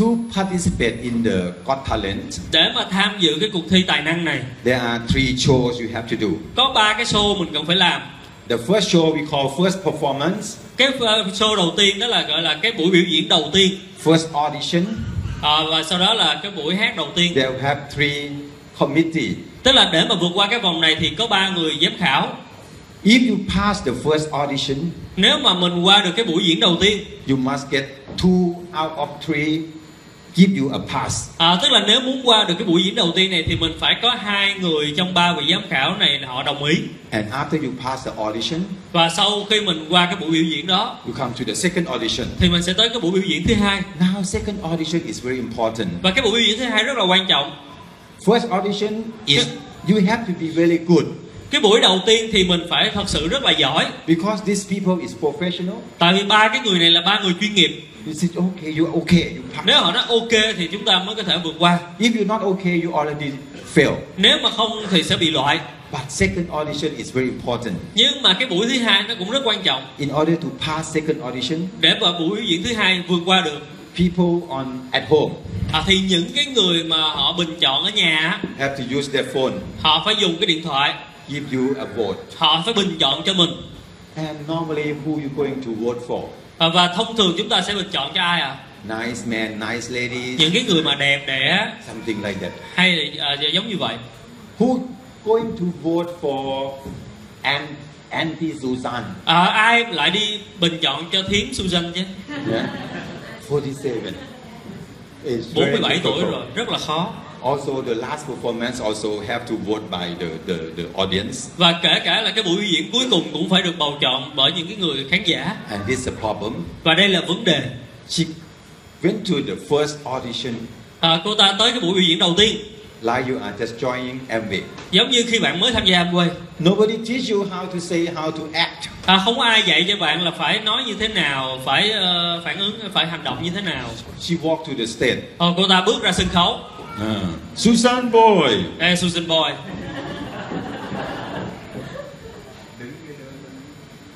S3: To participate in the Got Talent,
S2: để mà tham dự cái cuộc thi tài năng này
S3: there are three shows you have to do.
S2: có ba cái show mình cần phải làm
S3: The first show we call first performance,
S2: cái ờ, show đầu tiên đó là gọi là cái buổi biểu diễn đầu tiên
S3: first audition.
S2: Ờ, và sau đó là cái buổi hát đầu tiên
S3: They'll have three committee.
S2: tức là để mà vượt qua cái vòng này thì có ba người giám khảo
S3: If you pass the first audition,
S2: nếu mà mình qua được cái buổi diễn đầu tiên
S3: you must get two out of three give you a pass.
S2: à, tức là nếu muốn qua được cái buổi diễn đầu tiên này thì mình phải có hai người trong ba vị giám khảo này họ đồng ý
S3: And after you pass the audition,
S2: và sau khi mình qua cái buổi biểu diễn đó
S3: you come to the second audition.
S2: thì mình sẽ tới cái buổi biểu diễn thứ hai
S3: Now, second audition is very important.
S2: và cái buổi biểu diễn thứ hai rất là quan trọng
S3: First audition is you have to be very good
S2: cái buổi đầu tiên thì mình phải thật sự rất là giỏi
S3: because these people is professional.
S2: tại vì ba cái người này là ba người chuyên nghiệp
S3: You say, okay, you're okay, you pass.
S2: nếu họ nói ok thì chúng ta mới có thể vượt qua
S3: If you're not okay, you already fail.
S2: nếu mà không thì sẽ bị loại
S3: But second audition is very important.
S2: nhưng mà cái buổi thứ hai nó cũng rất quan trọng
S3: In order to pass second audition,
S2: để mà buổi biểu diễn thứ hai vượt qua được
S3: people on at home
S2: à, thì những cái người mà họ bình chọn ở nhà á,
S3: have to use their phone,
S2: họ phải dùng cái điện thoại
S3: give you a vote.
S2: họ phải bình chọn cho mình
S3: And normally, who you going to vote for?
S2: à, và thông thường chúng ta sẽ bình chọn cho ai à
S3: Nice man, nice lady,
S2: những cái người mà đẹp đẽ
S3: something like that.
S2: hay là à, giống như vậy
S3: Who going to vote for an anti Susan?
S2: à, ai lại đi bình chọn cho thiến susan chứ
S3: Yeah, 47. It's very
S2: 47 tuổi
S3: difficult.
S2: rồi rất là khó
S3: Also, the last performance also have to vote by the, the, the audience,
S2: và kể cả là cái buổi biểu diễn cuối cùng cũng phải được bầu chọn bởi những cái người khán giả
S3: and this is a problem.
S2: và đây là vấn đề
S3: She went to the first audition
S2: à, cô ta tới cái buổi biểu diễn đầu tiên
S3: like you are just joining MV.
S2: giống như khi bạn mới tham gia Amway
S3: Nobody teach you how to say, how to act.
S2: à, không có ai dạy cho bạn là phải nói như thế nào phải ờ, phản ứng phải hành động như thế nào
S3: She walked to the stage.
S2: Ờ, cô ta bước ra sân khấu
S3: Ah. Susan boy.
S2: Ê Susan Boy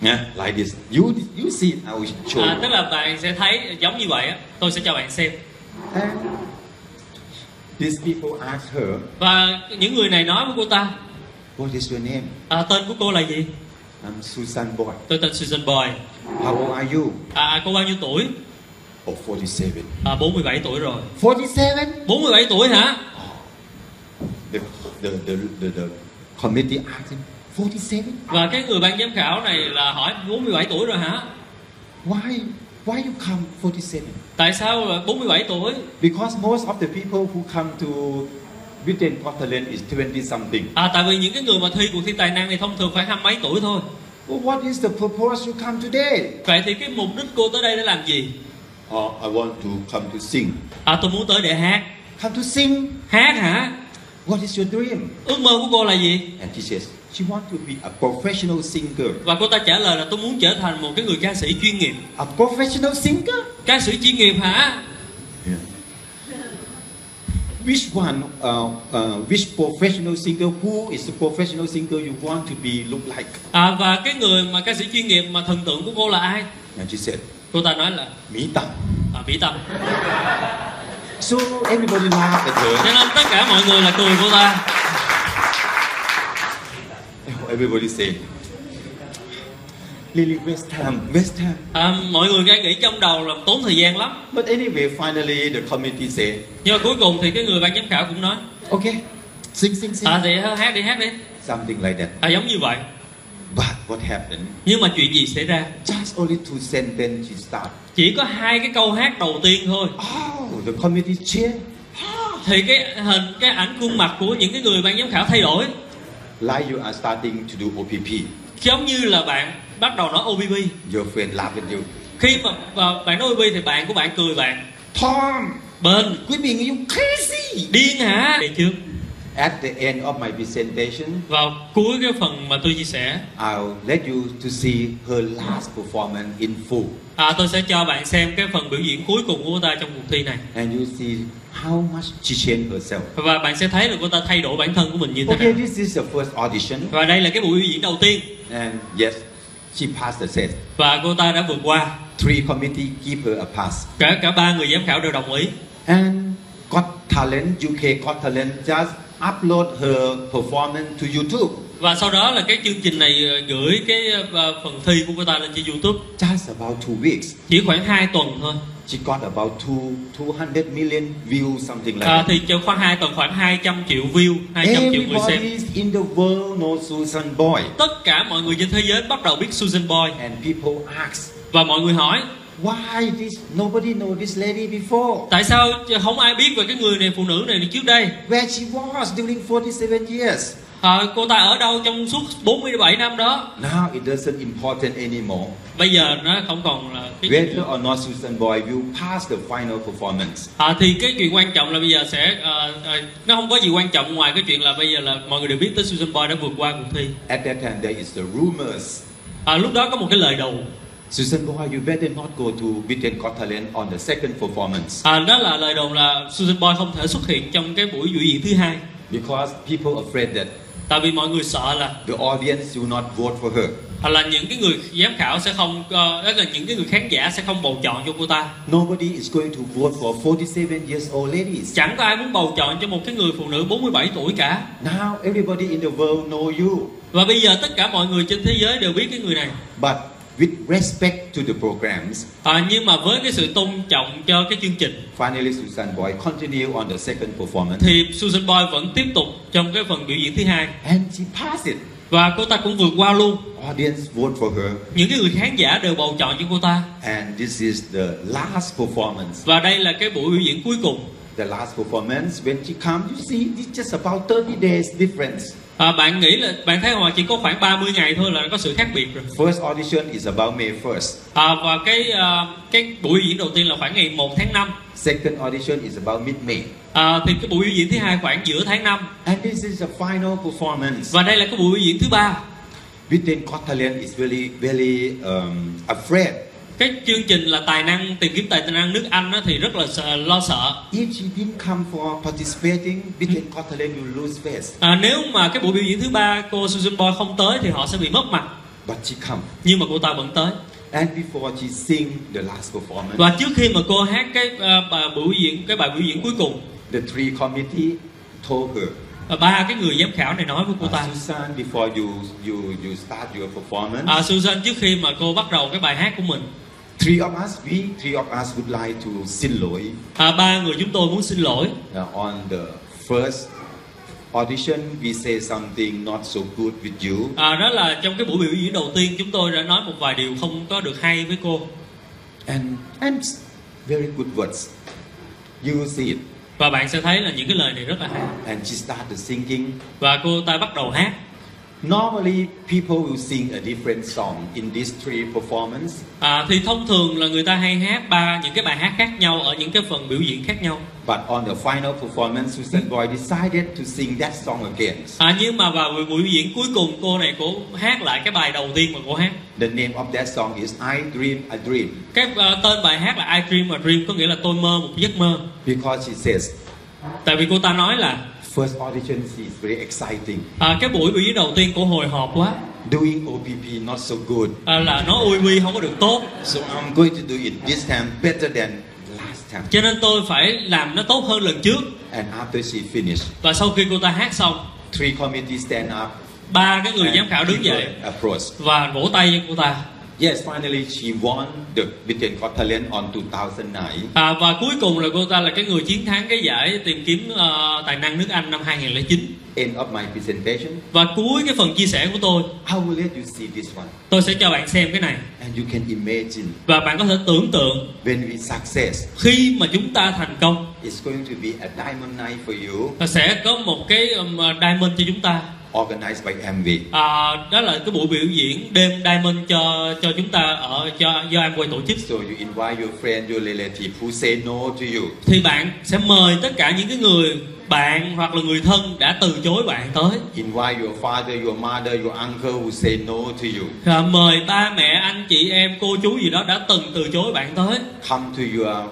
S3: Yeah, like this. You you see it, I will show
S2: à,
S3: you.
S2: tức là bạn sẽ thấy giống như vậy á tôi sẽ cho bạn xem
S3: And these people asked her,
S2: và những người này nói với cô ta
S3: What is your name?
S2: à, tên của cô là gì
S3: I'm Susan Boy.
S2: tôi tên Susan Boy
S3: How old are you?
S2: à, à, cô bao nhiêu tuổi
S3: Oh, 47.
S2: à, 47 tuổi rồi
S3: 47?
S2: 47 tuổi hả
S3: The, the, the, the, the committee asked him, 47?
S2: và cái người ban giám khảo này là hỏi 47 tuổi rồi hả
S3: Why, why you come 47?
S2: tại sao là 47 tuổi
S3: Because most of the people who come to Britain, Scotland is 20 something.
S2: à, tại vì những cái người mà thi cuộc thi tài năng này thông thường phải hai mấy tuổi thôi
S3: Well, what is the purpose you come today?
S2: vậy thì cái mục đích cô tới đây để làm gì
S3: Oh, I want to come to sing.
S2: à, tôi muốn tới để hát
S3: Come to sing?
S2: hát hả
S3: What is your dream?
S2: ước mơ của cô là gì
S3: And she says, she wants to be a professional singer.
S2: và cô ta trả lời là tôi muốn trở thành một cái người ca sĩ chuyên nghiệp
S3: A professional singer?
S2: ca sĩ chuyên nghiệp hả
S3: Yeah. Which one, uh, uh, which professional singer, who is the professional singer you want to be look like?
S2: à, và cái người mà ca sĩ chuyên nghiệp mà thần tượng của cô là ai
S3: And she said,
S2: cô ta nói là
S3: me Tam.
S2: à, mỹ tâm
S3: So everybody laughed at her.
S2: cho nên tất cả mọi người là cười cô ta
S3: Everybody say, Lily, waste time, waste time.
S2: à, mọi người đang nghĩ trong đầu là tốn thời gian lắm
S3: But anyway, finally the committee say,
S2: nhưng mà cuối cùng thì cái người ban giám khảo cũng nói
S3: okay, sing, sing, sing.
S2: à, thì hát đi hát đi
S3: Something like that.
S2: à, giống như vậy
S3: But what happened?
S2: nhưng mà chuyện gì xảy ra
S3: Just only two sentences she start.
S2: chỉ có hai cái câu hát đầu tiên thôi
S3: Oh, the committee cheer.
S2: thì cái hình cái ảnh khuôn mặt của những cái người ban giám khảo thay đổi
S3: Like you are starting to do OPP.
S2: giống như là bạn bắt đầu nói OBB
S3: Your friend laugh at you.
S2: khi mà và bạn nói OBB thì bạn của bạn cười bạn
S3: Tom,
S2: bên
S3: quit being you crazy.
S2: điên hả để trước
S3: At the end of my presentation,
S2: vào cuối cái phần mà tôi chia sẻ
S3: I'll let you to see her last performance in full.
S2: à, tôi sẽ cho bạn xem cái phần biểu diễn cuối cùng của cô ta trong cuộc thi này
S3: And you see how much she changed herself.
S2: và bạn sẽ thấy là cô ta thay đổi bản thân của mình như thế
S3: Okay,
S2: nào
S3: this is the first audition,
S2: và đây là cái buổi biểu diễn đầu tiên
S3: and yes, she passed the test.
S2: và cô ta đã vượt qua
S3: Three committee give her a pass,
S2: cả cả ba người giám khảo đều đồng ý
S3: and Got Talent UK Got Talent just upload her performance to YouTube.
S2: và sau đó là cái chương trình này ờ, gửi cái ờ, phần thi của cô ta lên trên YouTube
S3: Just about two weeks,
S2: chỉ khoảng 2 tuần thôi
S3: she got about two 200 million views, something like
S2: à,
S3: that.
S2: thì trong khoảng 2 tuần khoảng 200 triệu view 200 triệu người xem
S3: Everybody in the world knows Susan Boy,
S2: tất cả mọi người trên thế giới bắt đầu biết Susan Boy
S3: and people ask,
S2: và mọi người hỏi
S3: why this nobody know this lady before?
S2: tại sao không ai biết về cái người này phụ nữ này trước đây
S3: Where she was during 47 years?
S2: à, cô ta ở đâu trong suốt 47 năm đó
S3: Now it doesn't important anymore
S2: bây giờ nó không còn là cái
S3: whether or not Susan Boy will pass the final performance.
S2: À, thì cái chuyện quan trọng là bây giờ sẽ ờ, ờ, nó không có gì quan trọng ngoài cái chuyện là bây giờ là mọi người đều biết tới Susan Boy đã vượt qua cuộc thi
S3: At that time, there is the rumors.
S2: à, lúc đó có một cái lời đầu
S3: Susan Boy, you better not go to Britain Got Talent on the second performance
S2: à, đó là lời đồn là Susan Boy không thể xuất hiện trong cái buổi biểu diễn thứ hai
S3: because people afraid that
S2: tại vì mọi người sợ là
S3: the audience will not vote for her.
S2: à, là những cái người giám khảo sẽ không ờ, tức là những cái người khán giả sẽ không bầu chọn cho cô ta
S3: Nobody is going to vote for 47 years old ladies.
S2: chẳng có ai muốn bầu chọn cho một cái người phụ nữ 47 tuổi cả
S3: Now everybody in the world know you,
S2: và bây giờ tất cả mọi người trên thế giới đều biết cái người này
S3: but with respect to the programs,
S2: à, nhưng mà với cái sự tôn trọng cho cái chương trình
S3: finally Susan Boy continue on the second performance
S2: thì Susan Boy vẫn tiếp tục trong cái phần biểu diễn thứ hai
S3: and she passed it.
S2: và cô ta cũng vượt qua luôn
S3: Audience vote for her
S2: những cái người khán giả đều bầu chọn cho cô ta
S3: And this is the last performance.
S2: và đây là cái buổi biểu diễn cuối cùng
S3: The last performance, when she comes, you see, it's just about 30 days difference.
S2: à, bạn nghĩ là bạn thấy họ chỉ có khoảng 30 ngày thôi là có sự khác biệt rồi
S3: First audition is about May 1st.
S2: à, và cái à, cái buổi biểu diễn đầu tiên là khoảng ngày 1 tháng 5
S3: Second audition is about mid-May.
S2: à, thì cái buổi biểu diễn thứ hai khoảng giữa tháng 5
S3: And this is the final performance.
S2: và đây là cái buổi biểu diễn thứ ba
S3: Britain Got Talent is really, really um, afraid.
S2: cái chương trình là tài năng tìm kiếm tài năng nước Anh á, thì rất là sợ, lo sợ
S3: If she didn't come for participating, Britain Got Talent will lose face.
S2: à, nếu mà cái buổi biểu diễn thứ ba cô Susan Boy không tới thì họ sẽ bị mất mặt
S3: But she come.
S2: nhưng mà cô ta vẫn tới
S3: And before she sing the last performance,
S2: và trước khi mà cô à, hát cái ờ, bài biểu diễn cái bài biểu diễn cuối cùng
S3: the three committee told her,
S2: Và ba cái người giám khảo này nói với cô ta
S3: Uh, Susan, before you, you, you start your performance,
S2: à, Susan trước khi mà cô bắt đầu cái bài hát của mình
S3: three of us, we three of us would like to xin lỗi
S2: à, ba người chúng tôi muốn xin lỗi
S3: uh, on the first audition. We say something not so good with you.
S2: à, đó là trong cái buổi biểu diễn đầu tiên chúng tôi đã nói một vài điều không có được hay với cô
S3: And, and s- very good words. You will see it.
S2: và bạn sẽ thấy là những cái lời này rất là hay
S3: And she started singing.
S2: và cô ta bắt đầu hát
S3: Normally, people will sing a different song in these three performances,
S2: à, thì thông thường là người ta hay hát ba những cái bài hát khác nhau ở những cái phần biểu diễn khác nhau
S3: but on the final performance, Susan Boy decided to sing that song again.
S2: à, nhưng mà vào buổi biểu diễn cuối cùng cô này cô hát lại cái bài đầu tiên mà cô hát
S3: The name of that song is I Dream a Dream
S2: cái à, tên bài hát là I Dream a Dream có nghĩa là tôi mơ một giấc mơ
S3: because she says,
S2: tại vì cô ta nói là
S3: first audition is very exciting.
S2: à, cái buổi biểu diễn đầu tiên cô hồi hộp quá
S3: Doing OPP not so good,
S2: à, là nó ui bi không có được tốt
S3: so I'm going to do it this time better than last time.
S2: cho nên tôi phải làm nó tốt hơn lần trước
S3: And after she finished,
S2: và sau khi cô ta hát xong
S3: three committees stand up
S2: ba cái người giám
S3: and
S2: khảo đứng
S3: people
S2: dậy
S3: approach.
S2: và vỗ tay cho cô ta
S3: Yes, finally she won the Vietnam Got Talent on 2009.
S2: à, và cuối cùng là cô ta là cái người chiến thắng cái giải tìm kiếm ờ, tài năng nước Anh năm 2009
S3: End of my presentation,
S2: và cuối cái phần chia sẻ của tôi
S3: I will let you see this one,
S2: tôi sẽ cho bạn xem cái này
S3: and you can imagine
S2: và bạn có thể tưởng tượng
S3: when we success,
S2: khi mà chúng ta thành công
S3: it's going to be a diamond night for you,
S2: là sẽ có một cái um, diamond cho chúng ta
S3: organized by MV.
S2: à, đó là cái buổi biểu diễn đêm diamond cho cho chúng ta ở cho do em quay tổ chức
S3: So you invite your friend, your relative who say no to you.
S2: thì bạn sẽ mời tất cả những cái người bạn hoặc là người thân đã từ chối bạn tới
S3: Invite your father, your mother, your uncle who say no to you.
S2: à, mời ba mẹ anh chị em cô chú gì đó đã từng từ chối bạn tới
S3: Come to your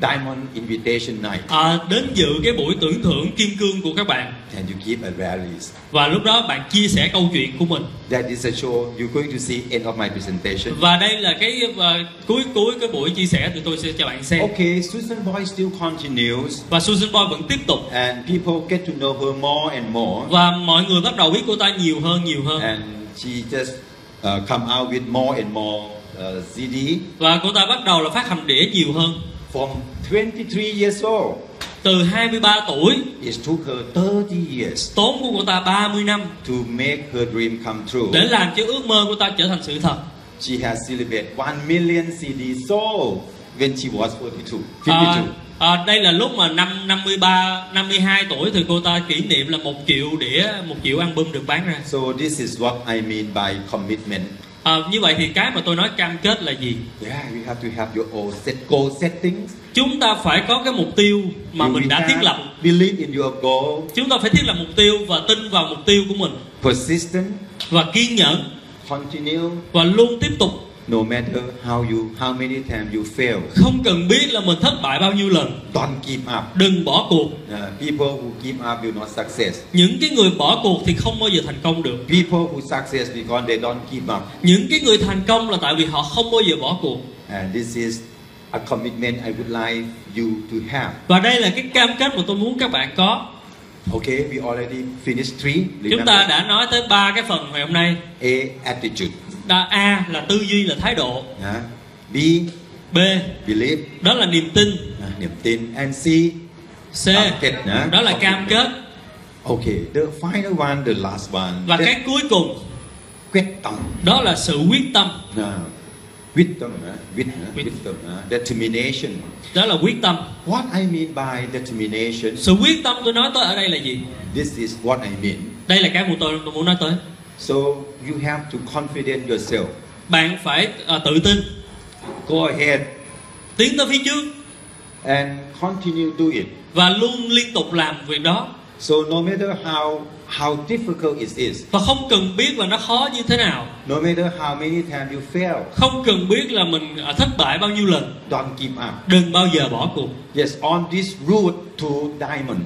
S3: diamond invitation night
S2: à, đến dự cái buổi tưởng thưởng kim cương của các bạn
S3: and you give a rallies.
S2: và lúc đó bạn chia sẻ câu chuyện của mình
S3: That is a show you're going to see end of my presentation.
S2: và đây là cái và cuối cuối cái buổi chia sẻ thì tôi sẽ cho bạn xem
S3: Okay, Susan Boy still continues
S2: và Susan Boy vẫn tiếp tục
S3: and people get to know her more and more.
S2: và mọi người bắt đầu biết cô ta nhiều hơn nhiều hơn
S3: and she just uh, come out with more and more uh, CD
S2: và cô ta bắt đầu là phát hành đĩa nhiều hơn
S3: from 23 years old.
S2: từ 23 tuổi
S3: It took her 30 years
S2: tốn của cô ta 30 năm
S3: to make her dream come true.
S2: để làm cho ước mơ của ta trở thành sự thật
S3: She has celebrated 1 million CD sold when she was 42, 52.
S2: à, à, đây là lúc mà năm 53 52 tuổi thì cô ta kỷ niệm là một triệu đĩa một triệu album được bán ra
S3: So this is what I mean by commitment.
S2: à, như vậy thì cái mà tôi nói cam kết là gì
S3: Yeah, you have to have your own set goal settings.
S2: chúng ta phải có cái mục tiêu mà
S3: You
S2: mình đã
S3: have-
S2: thiết lập
S3: Believe in your goal,
S2: chúng ta phải thiết lập mục tiêu và tin vào mục tiêu của mình
S3: persistent,
S2: và kiên nhẫn
S3: continue,
S2: và luôn tiếp tục
S3: no matter how you, how many times you fail.
S2: không cần biết là mình thất bại bao nhiêu lần
S3: Don't give up.
S2: đừng bỏ cuộc
S3: Uh, people who give up will not success.
S2: những cái người bỏ cuộc thì không bao giờ thành công được
S3: People who success because they don't give up.
S2: những cái người thành công là tại vì họ không bao giờ bỏ cuộc
S3: And Uh, this is a commitment I would like you to have.
S2: và đây là cái cam kết mà tôi muốn các bạn có
S3: Okay, we already finished three.
S2: chúng ta đã nói tới ba cái phần ngày hôm nay
S3: A attitude.
S2: Đó, a là tư duy là thái độ
S3: Huh? B
S2: b
S3: believe.
S2: đó là niềm tin
S3: Huh? Niềm tin. And C
S2: c
S3: cam kết nữa.
S2: đó là cam kết
S3: okay. The final one, the last one.
S2: và
S3: That's
S2: cái cuối cùng
S3: quyết tâm.
S2: đó là sự quyết tâm
S3: Now, quyết tâm, huh? quyết, huh?
S2: Quyết.
S3: quyết tâm, huh? determination.
S2: đó là quyết tâm
S3: What I mean by determination,
S2: sự quyết tâm tôi nói tới ở đây là gì
S3: this is what I mean.
S2: đây là cái mà tôi, tôi muốn nói tới
S3: So you have to confident yourself.
S2: bạn phải ờ, tự tin
S3: Go ahead
S2: tiến tới phía trước
S3: and continue do it.
S2: và luôn liên tục làm việc đó
S3: So no matter how how difficult it is,
S2: và không cần biết là nó khó như thế nào
S3: no matter how many times you fail,
S2: không cần biết là mình ờ, thất bại bao nhiêu lần
S3: don't give up.
S2: đừng bao giờ bỏ cuộc
S3: Yes, on this route to diamond,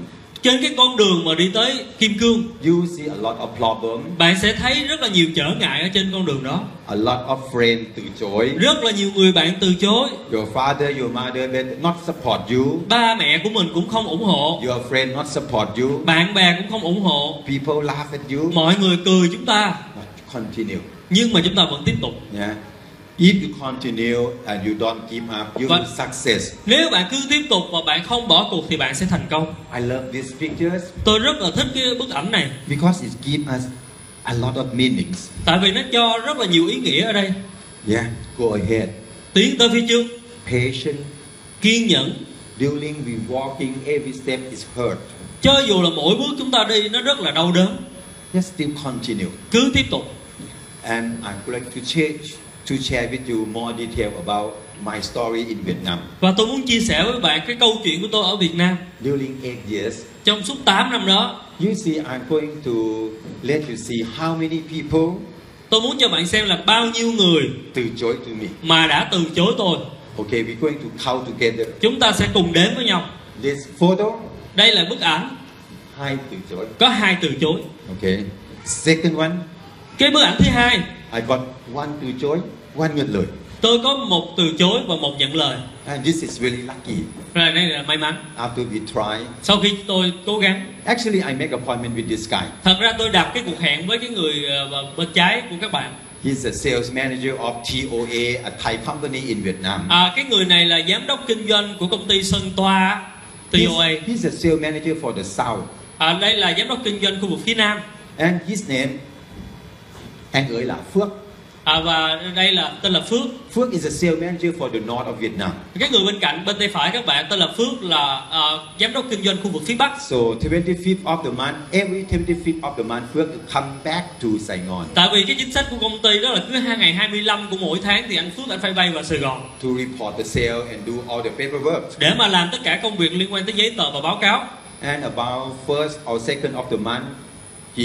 S2: trên cái con đường mà đi tới kim cương
S3: You see a lot of problem,
S2: bạn sẽ thấy rất là nhiều trở ngại ở trên con đường đó
S3: a lot of friends từ chối.
S2: rất là nhiều người bạn từ chối
S3: Your father, your mother will not support you.
S2: ba mẹ của mình cũng không ủng hộ
S3: Your friend not support you.
S2: bạn bè cũng không ủng hộ
S3: People laugh at you.
S2: mọi người cười chúng ta
S3: But continue.
S2: nhưng mà chúng ta vẫn tiếp tục
S3: Yeah. If you continue and you don't give up, you
S2: But-
S3: will success.
S2: nếu bạn cứ tiếp tục và bạn không bỏ cuộc thì bạn sẽ thành công
S3: I love these pictures
S2: tôi rất là thích cái bức ảnh này
S3: because it gives us a lot of meanings.
S2: tại vì nó cho rất là nhiều ý nghĩa ở đây
S3: Yeah. Go ahead.
S2: tiến tới phía trước
S3: Patient.
S2: kiên nhẫn
S3: During we walking, every step is hurt.
S2: cho dù là mỗi bước chúng ta đi nó rất là đau đớn
S3: Just still continue.
S2: cứ tiếp tục
S3: And I would like to change to share with you more detail about my story in Vietnam.
S2: và tôi muốn chia sẻ với bạn cái câu chuyện của tôi ở việt nam
S3: During eight years,
S2: trong suốt 8 năm đó
S3: you see, I'm going to let you see how many people
S2: tôi muốn cho bạn xem là bao nhiêu người
S3: từ chối to me.
S2: mà đã từ chối tôi
S3: Okay, we're going to count together.
S2: chúng ta sẽ cùng đếm với nhau
S3: This photo,
S2: đây là bức ảnh
S3: hai từ chối.
S2: có hai từ chối
S3: Okay. Second one,
S2: cái bức ảnh thứ hai
S3: I got one từ chối, one nhận lời.
S2: tôi có một từ chối và một nhận lời
S3: And this is really lucky.
S2: rồi đây là may mắn
S3: After we try,
S2: sau khi tôi cố gắng
S3: actually, I make appointment with this guy.
S2: thật ra tôi đặt cái cuộc hẹn với cái người ờ, bên trái của các bạn
S3: He's a sales manager of TOA, a Thai company in Vietnam.
S2: à, cái người này là giám đốc kinh doanh của công ty Sơn Toa TOA
S3: He's, he's a sales manager for the South.
S2: à, đây là giám đốc kinh doanh khu vực phía Nam
S3: And his name, anh ấy là Phước.
S2: à, và đây là tên là Phước
S3: Phước is a sales manager for the North of Vietnam.
S2: cái người bên cạnh bên tay phải các bạn tên là Phước là ờ, giám đốc kinh doanh khu vực phía Bắc
S3: So 25th of the month, every 25th of the month, Phước come back to Saigon
S2: Tại vì cái chính sách của công ty đó là cứ hai ngày 25 của mỗi tháng thì anh Phước anh phải bay vào Sài Gòn
S3: to report the sale and do all the paperwork.
S2: để mà làm tất cả công việc liên quan tới giấy tờ và báo cáo.
S3: And about first or second of the month, he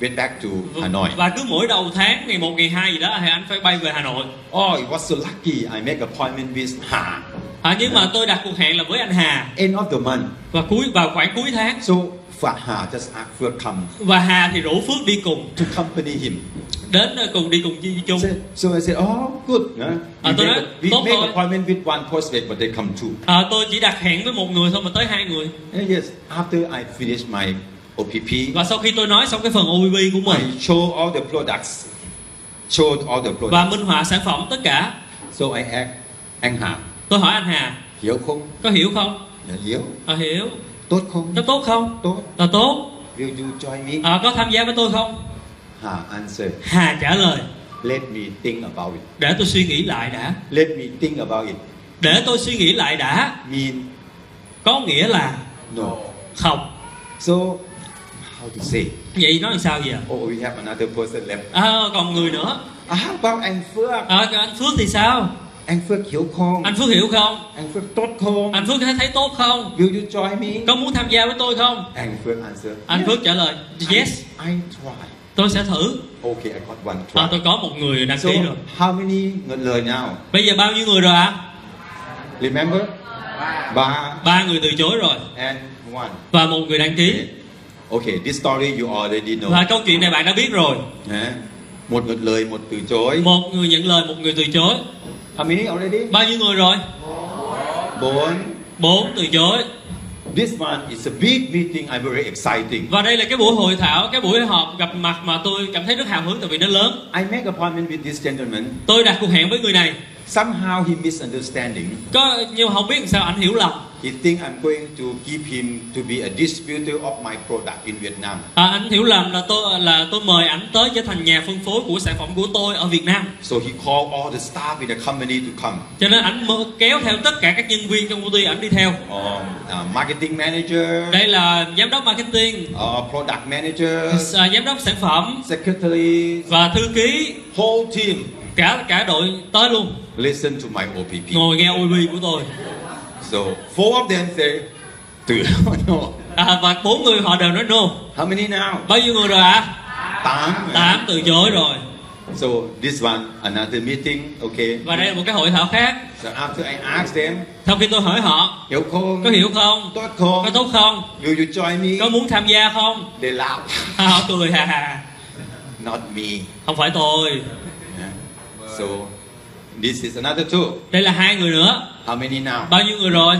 S3: went back to Hanoi.
S2: Và cứ mỗi đầu tháng ngày 1 ngày 2 gì đó thì anh phải bay về Hà Nội.
S3: Oh, it was so lucky. I make appointment with Ha.
S2: À, nhưng mà tôi đặt cuộc hẹn là với anh Hà
S3: End of the month.
S2: và cuối vào khoảng cuối tháng
S3: So Fa- Ha just asked Phước come
S2: và Hà thì rủ Phước đi cùng
S3: to accompany him.
S2: đến ờ, cùng đi cùng đi chung.
S3: So, so I said, oh, good. huh?
S2: À,
S3: We
S2: tôi
S3: make,
S2: nói,
S3: a- we
S2: tốt
S3: make
S2: rồi.
S3: appointment with one prospect, but they come two.
S2: À, tôi chỉ đặt hẹn với một người thôi mà tới hai người.
S3: And yes, after I finish my OPP,
S2: Và sau khi tôi nói xong cái phần OBB của mình
S3: I show all the products. Showed all the products.
S2: và minh họa sản phẩm tất cả,
S3: So I asked, anh Hà,
S2: tôi hỏi anh Hà
S3: hiểu không?
S2: có hiểu không?
S3: Dạ, hiểu.
S2: À, hiểu.
S3: Tốt không?
S2: Có tốt không?
S3: Tốt.
S2: Là tốt.
S3: Will you join me?
S2: À, có tham gia với tôi không?
S3: Hà answer.
S2: Hà trả lời
S3: Let me think about it.
S2: để tôi suy nghĩ lại đã.
S3: Let me think about it.
S2: Để tôi suy nghĩ lại đã
S3: Mean
S2: có nghĩa là
S3: no.
S2: không.
S3: So how to say?
S2: Vậy nói làm sao giờ?
S3: Oh, we have another person left.
S2: À, còn người nữa.
S3: Ah, how about anh Phước?
S2: À, còn anh Phước thì sao?
S3: Anh Phước hiểu không?
S2: Anh Phước hiểu không?
S3: Anh Phước tốt không?
S2: Anh Phước thấy tốt không?
S3: Will you join me?
S2: Có muốn tham gia với tôi không?
S3: Anh Phước answer.
S2: Anh
S3: "Yes,
S2: Phước trả lời yes,
S3: I, I try.
S2: tôi sẽ thử.
S3: Okay, I got one
S2: À,
S3: try.
S2: tôi có một người đăng
S3: So
S2: ký rồi.
S3: how many ngân lời nào?
S2: Bây giờ bao nhiêu người rồi ạ?
S3: Remember? Ba
S2: Ba người từ chối rồi
S3: and one.
S2: và một người đăng ký.
S3: Okay, this story you already know.
S2: Và câu chuyện này bạn đã biết rồi.
S3: Hả? Một ngân lời, một từ chối.
S2: Một người nhận lời, một người từ chối.
S3: How many already?
S2: Bao nhiêu người rồi?
S3: Bốn.
S2: Bốn từ chối.
S3: This one is a big meeting. I'm very exciting.
S2: Và đây là cái buổi hội thảo, cái buổi họp gặp mặt mà tôi cảm thấy rất hào hứng tại vì nó lớn.
S3: I make appointment with this gentleman.
S2: Tôi đặt cuộc hẹn với người này.
S3: Somehow he misunderstanding.
S2: Có nhưng mà không biết làm sao ảnh hiểu lầm.
S3: He think I'm going to give him to be a distributor of my product in Vietnam.
S2: À, ảnh hiểu lầm là tôi là tôi mời ảnh tới trở thành nhà phân phối của sản phẩm của tôi ở Việt Nam.
S3: So he called all the staff in the company to come.
S2: Cho nên ảnh mơ- kéo theo tất cả các nhân viên trong công ty ảnh đi theo.
S3: Um, uh, marketing manager,
S2: Đây là giám đốc marketing,
S3: uh, product manager,
S2: à, giám đốc sản phẩm
S3: secretary,
S2: và thư ký
S3: whole team.
S2: cả cả đội tới luôn
S3: Listen to my OPP.
S2: ngồi nghe OB của tôi
S3: So four of them say, "Từ- no."
S2: à, và bốn người họ đều nói no
S3: How many now?
S2: bao nhiêu người rồi ạ
S3: Tám.
S2: tám từ chối rồi
S3: So this one, another meeting, okay.
S2: và đây là một cái hội thảo khác
S3: So after I asked them,
S2: sau khi tôi hỏi họ
S3: hiểu không?
S2: có hiểu không
S3: Tốt
S2: có
S3: không?
S2: tốt không
S3: Will you join me?
S2: có muốn tham gia không
S3: They laugh.
S2: À, họ cười hà hà
S3: Not me.
S2: không phải tôi
S3: Yeah. So this is another two.
S2: đây là hai người nữa
S3: How many now?
S2: bao nhiêu người rồi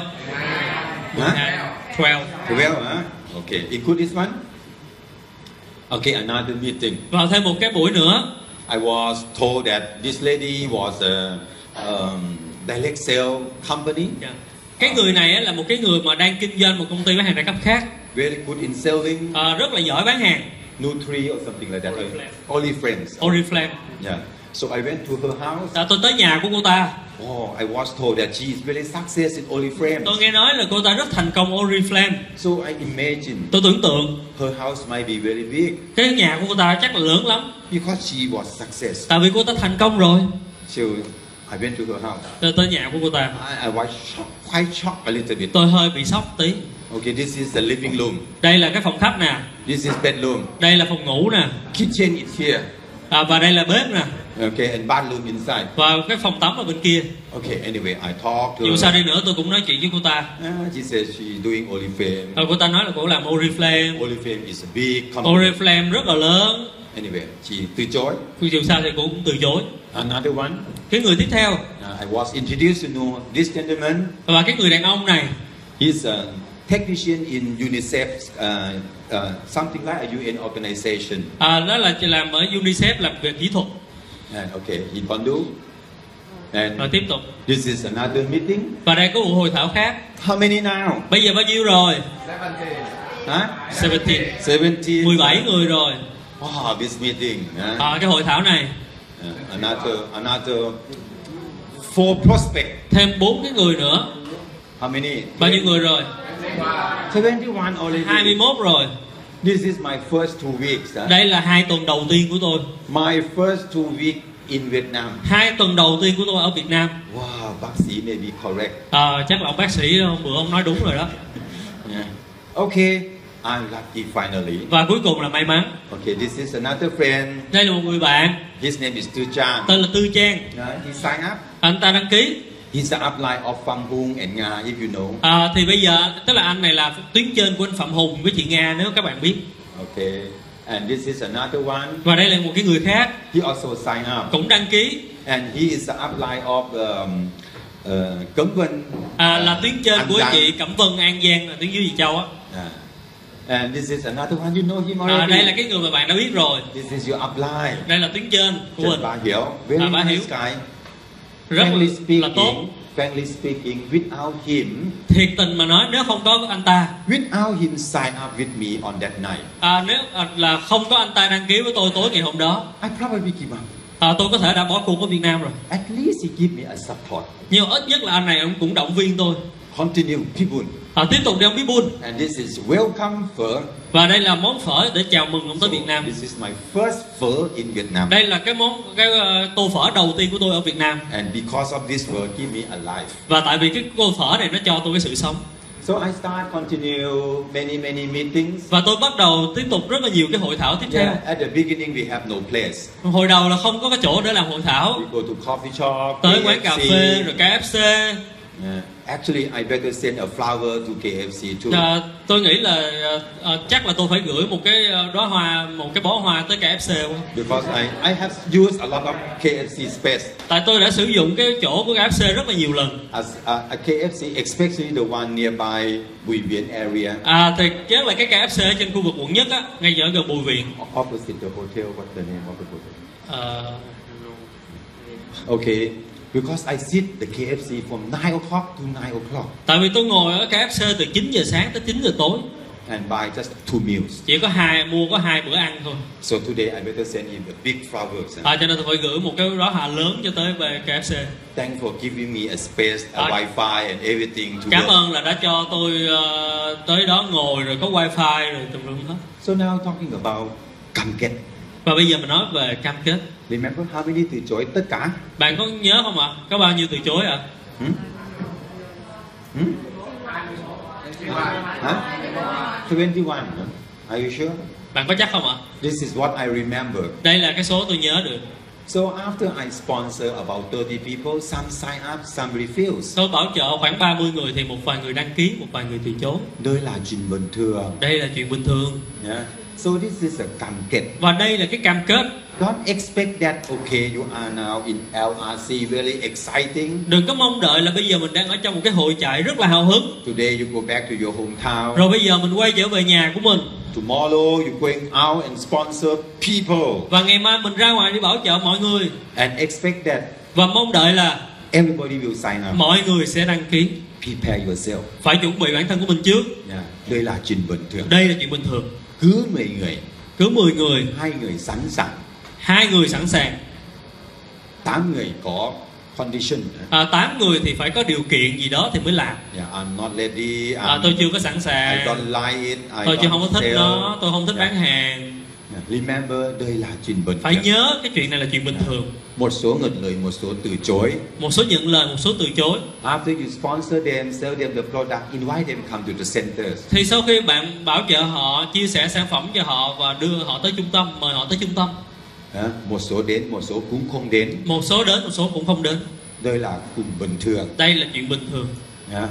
S2: Dạ,
S3: Huh?
S2: twelve
S3: Twelve, huh? Okay. Include this one? Okay, another meeting.
S2: vào thêm một cái buổi nữa
S3: I was told that this lady was a um, direct sale company,
S2: Dạ. cái người này á, là một cái người mà đang kinh doanh một công ty bán hàng đa cấp khác
S3: very good in selling
S2: Ờ, rất là giỏi bán hàng
S3: Nutri or something like that.
S2: Oriflame.
S3: Only friends.
S2: Oriflame
S3: Yeah. So I went to her house.
S2: Dạ, tôi tới nhà của cô ta
S3: Oh, I was told that she is very success in
S2: tôi
S3: Oriflame.
S2: nghe nói là cô ta rất thành công Oriflame
S3: So I imagine
S2: tôi tưởng tượng
S3: her house might be very big
S2: cái nhà của cô ta chắc là lớn lắm
S3: because she was success.
S2: tại vì cô ta thành công rồi
S3: So I went to her house.
S2: tôi tới nhà của cô ta
S3: I, I was shocked, quite shocked a little bit.
S2: tôi hơi bị sốc tí
S3: Okay, this is the living room.
S2: đây là cái phòng khách nè
S3: This is bedroom.
S2: đây là phòng ngủ nè
S3: Kitchen is here.
S2: à, và đây là bếp nè
S3: Okay, and bathroom inside.
S2: và cái phòng tắm ở bên kia
S3: Okay, anyway, I talked to
S2: dù sao
S3: her.
S2: đi nữa tôi cũng nói chuyện với cô ta
S3: Ah, she says she's doing Olifame.
S2: Rồi cô ta nói là cô làm Oriflame
S3: Olifame is a big company.
S2: Oriflame rất là lớn
S3: Anyway, she từ
S2: Thì dù sao thì cô cũng từ chối
S3: Another one.
S2: cái người tiếp theo
S3: Uh, I was introduced to know this gentleman.
S2: và cái người đàn ông này
S3: He's a technician in UNICEF, uh, uh, something like a UN organization.
S2: à, đó là chị làm ở UNICEF làm về kỹ thuật
S3: And okay, in Bondu.
S2: rồi
S3: And
S2: tiếp tục
S3: this is another meeting.
S2: và đây có một hội thảo khác
S3: How many now?
S2: bây giờ bao nhiêu rồi
S3: Huh?
S2: 17
S3: 17.
S2: 17 người rồi
S3: Wow, this meeting. huh?
S2: à, cái hội thảo này
S3: Uh, another, another four prospect.
S2: thêm bốn cái người nữa
S3: How many?
S2: bao nhiêu người rồi
S3: 71 already.
S2: 21 rồi
S3: This is my first two weeks. huh?
S2: đây là hai tuần đầu tiên của tôi
S3: My first two weeks in Vietnam.
S2: hai tuần đầu tiên của tôi ở Việt Nam
S3: Wow, bác sĩ may be correct.
S2: à, chắc là ông bác sĩ hôm bữa ông nói đúng rồi đó
S3: Yeah. Okay, I'm lucky finally.
S2: và cuối cùng là may mắn
S3: Okay, this is another friend.
S2: đây là một người bạn
S3: His name is Tu Chan.
S2: tên là Tư Trang
S3: Yeah, he signed up.
S2: anh ta đăng ký
S3: He's the upline of Pham Hung and Nga, if you know.
S2: à, thì bây giờ tức là anh này là tuyến trên của anh Phạm Hùng với chị Nga nếu các bạn biết
S3: Okay, and this is another one.
S2: và đây là một cái người khác
S3: He also signed up.
S2: cũng đăng ký
S3: And he is the upline of um, uh, Cấm Vân.
S2: à, là tuyến trên
S3: An
S2: của
S3: Giang.
S2: chị Cẩm Vân An Giang là tuyến dưới Dì Châu á
S3: Yeah. And this is another one, you know him
S2: à,
S3: already.
S2: đây là cái người mà bạn đã biết rồi
S3: This is your upline.
S2: đây là tuyến trên của
S3: Trần
S2: mình
S3: Bá Hiếu, very
S2: À, Bá
S3: nice
S2: Hiếu.
S3: guy.
S2: rất
S3: frankly
S2: là tốt
S3: speaking, frankly speaking, without him,
S2: thiệt tình mà nói nếu không có anh ta
S3: without him sign up with me on that night,
S2: à, nếu à, là không có anh ta đăng ký với tôi tối ngày hôm đó
S3: I probably give up.
S2: à, tôi có thể đã bỏ cuộc ở Việt Nam rồi
S3: At least he give me a support.
S2: nhưng mà ít nhất là anh này ông cũng động viên tôi
S3: Continue, people.
S2: à, tiếp tục đi ông Bun
S3: And this is welcome phở.
S2: và đây là món phở để chào mừng ông tới Việt Nam
S3: This is my first phở in Vietnam.
S2: đây là cái món cái ờ, tô phở đầu tiên của tôi ở Việt Nam
S3: And because of this phở, give me a life.
S2: và tại vì cái tô phở này nó cho tôi cái sự sống
S3: So I start continue many many meetings.
S2: và tôi bắt đầu tiếp tục rất là nhiều cái hội thảo tiếp theo
S3: Yeah, at the beginning we have no place.
S2: hồi đầu là không có cái chỗ để làm hội thảo
S3: We go to coffee shop,
S2: tới quán cà
S3: KFC.
S2: phê rồi KFC
S3: Yeah. Actually, I better send a flower to KFC too.
S2: Ờ, tôi nghĩ là ờ, ờ, chắc là tôi phải gửi một cái ờ, đóa hoa một cái bó hoa tới KFC quá
S3: Because I, I have used a lot of KFC space.
S2: tại tôi đã sử dụng cái chỗ của KFC rất là nhiều lần
S3: As uh, a KFC, especially the one nearby Bùi Viện area,
S2: à thì chắc là cái KFC ở trên khu vực quận nhất á ngay ở gần Bùi Viện
S3: opposite the hotel. What's the name of the hotel?
S2: Ờ,
S3: Okay, because I sit the KFC from nine o'clock to nine o'clock
S2: tại vì tôi ngồi ở KFC từ 9 giờ sáng tới 9 giờ tối
S3: and buy just two meals.
S2: chỉ có hai mua có hai bữa ăn thôi
S3: So today I better send him the big flowers.
S2: à, cho nên tôi phải gửi một cái đóa hoa lớn cho tới về KFC
S3: Thanks for giving me a space, a
S2: Ờ.
S3: Wi-Fi, and everything to
S2: cảm
S3: work.
S2: ơn là đã cho tôi ờ, tới đó ngồi rồi có wifi rồi tùm lum hết
S3: So now talking about cam kết.
S2: và bây giờ mình nói về cam kết
S3: Remember how many từ chối tất cả?
S2: bạn có nhớ không ạ có bao nhiêu từ chối ạ
S3: Hmm? Hmm? Huh? 21. huh? Are you sure?
S2: bạn có chắc không ạ
S3: This is what I remember.
S2: đây là cái số tôi nhớ được
S3: So after I sponsor about 30 people, some sign up, some refuse.
S2: Tôi bảo trợ khoảng 30 người thì một vài người đăng ký, một vài người từ chối.
S3: Đây là chuyện bình thường.
S2: Đây là chuyện bình thường.
S3: Yeah. So this is a cam kết.
S2: Và đây là cái cam kết.
S3: Don't expect that, okay, you are now in LRC, really exciting.
S2: Đừng có mong đợi là bây giờ mình đang ở trong một cái hội trại rất là hào hứng.
S3: Today you go back to your hometown.
S2: Rồi bây giờ mình quay trở về nhà của mình
S3: Tomorrow you're going out and sponsor people
S2: và ngày mai mình ra ngoài đi bảo trợ mọi người
S3: and expect that
S2: và mong đợi là
S3: everybody will sign up.
S2: mọi người sẽ đăng ký.
S3: Prepare yourself.
S2: Phải chuẩn bị bản thân của mình trước.
S3: Yeah. Đây là chuyện bình thường.
S2: Đây là chuyện bình thường.
S3: Cứ 10 người,
S2: Cứ 10 người,
S3: hai người sẵn sàng,
S2: hai người sẵn sàng,
S3: 8 người có condition.
S2: à, 8 người thì phải có điều kiện gì đó thì mới làm.
S3: Yeah, I'm not ready.
S2: À,
S3: I'm,
S2: tôi chưa có sẵn
S3: I
S2: sàng.
S3: don't like it. I
S2: Tôi chưa
S3: don't
S2: không có thích
S3: sell.
S2: nó, tôi không thích
S3: Yeah.
S2: bán hàng.
S3: Yeah. Dạ, Remember, đây là chuyện bình
S2: Phải
S3: thường.
S2: nhớ cái chuyện này là chuyện bình thường.
S3: Một số ngược lời, một số từ chối.
S2: Một số nhận lời, một số từ chối.
S3: After you sponsor them, sell them the product, invite them come to the centers.
S2: Thì sau khi bạn bảo trợ họ, chia sẻ sản phẩm cho họ và đưa họ tới trung tâm, mời họ tới trung tâm.
S3: À, một số đến, một số cũng không đến.
S2: Một số đến, một số cũng không đến.
S3: Đây là cùng bình thường.
S2: Đây là chuyện bình thường.
S3: Yeah.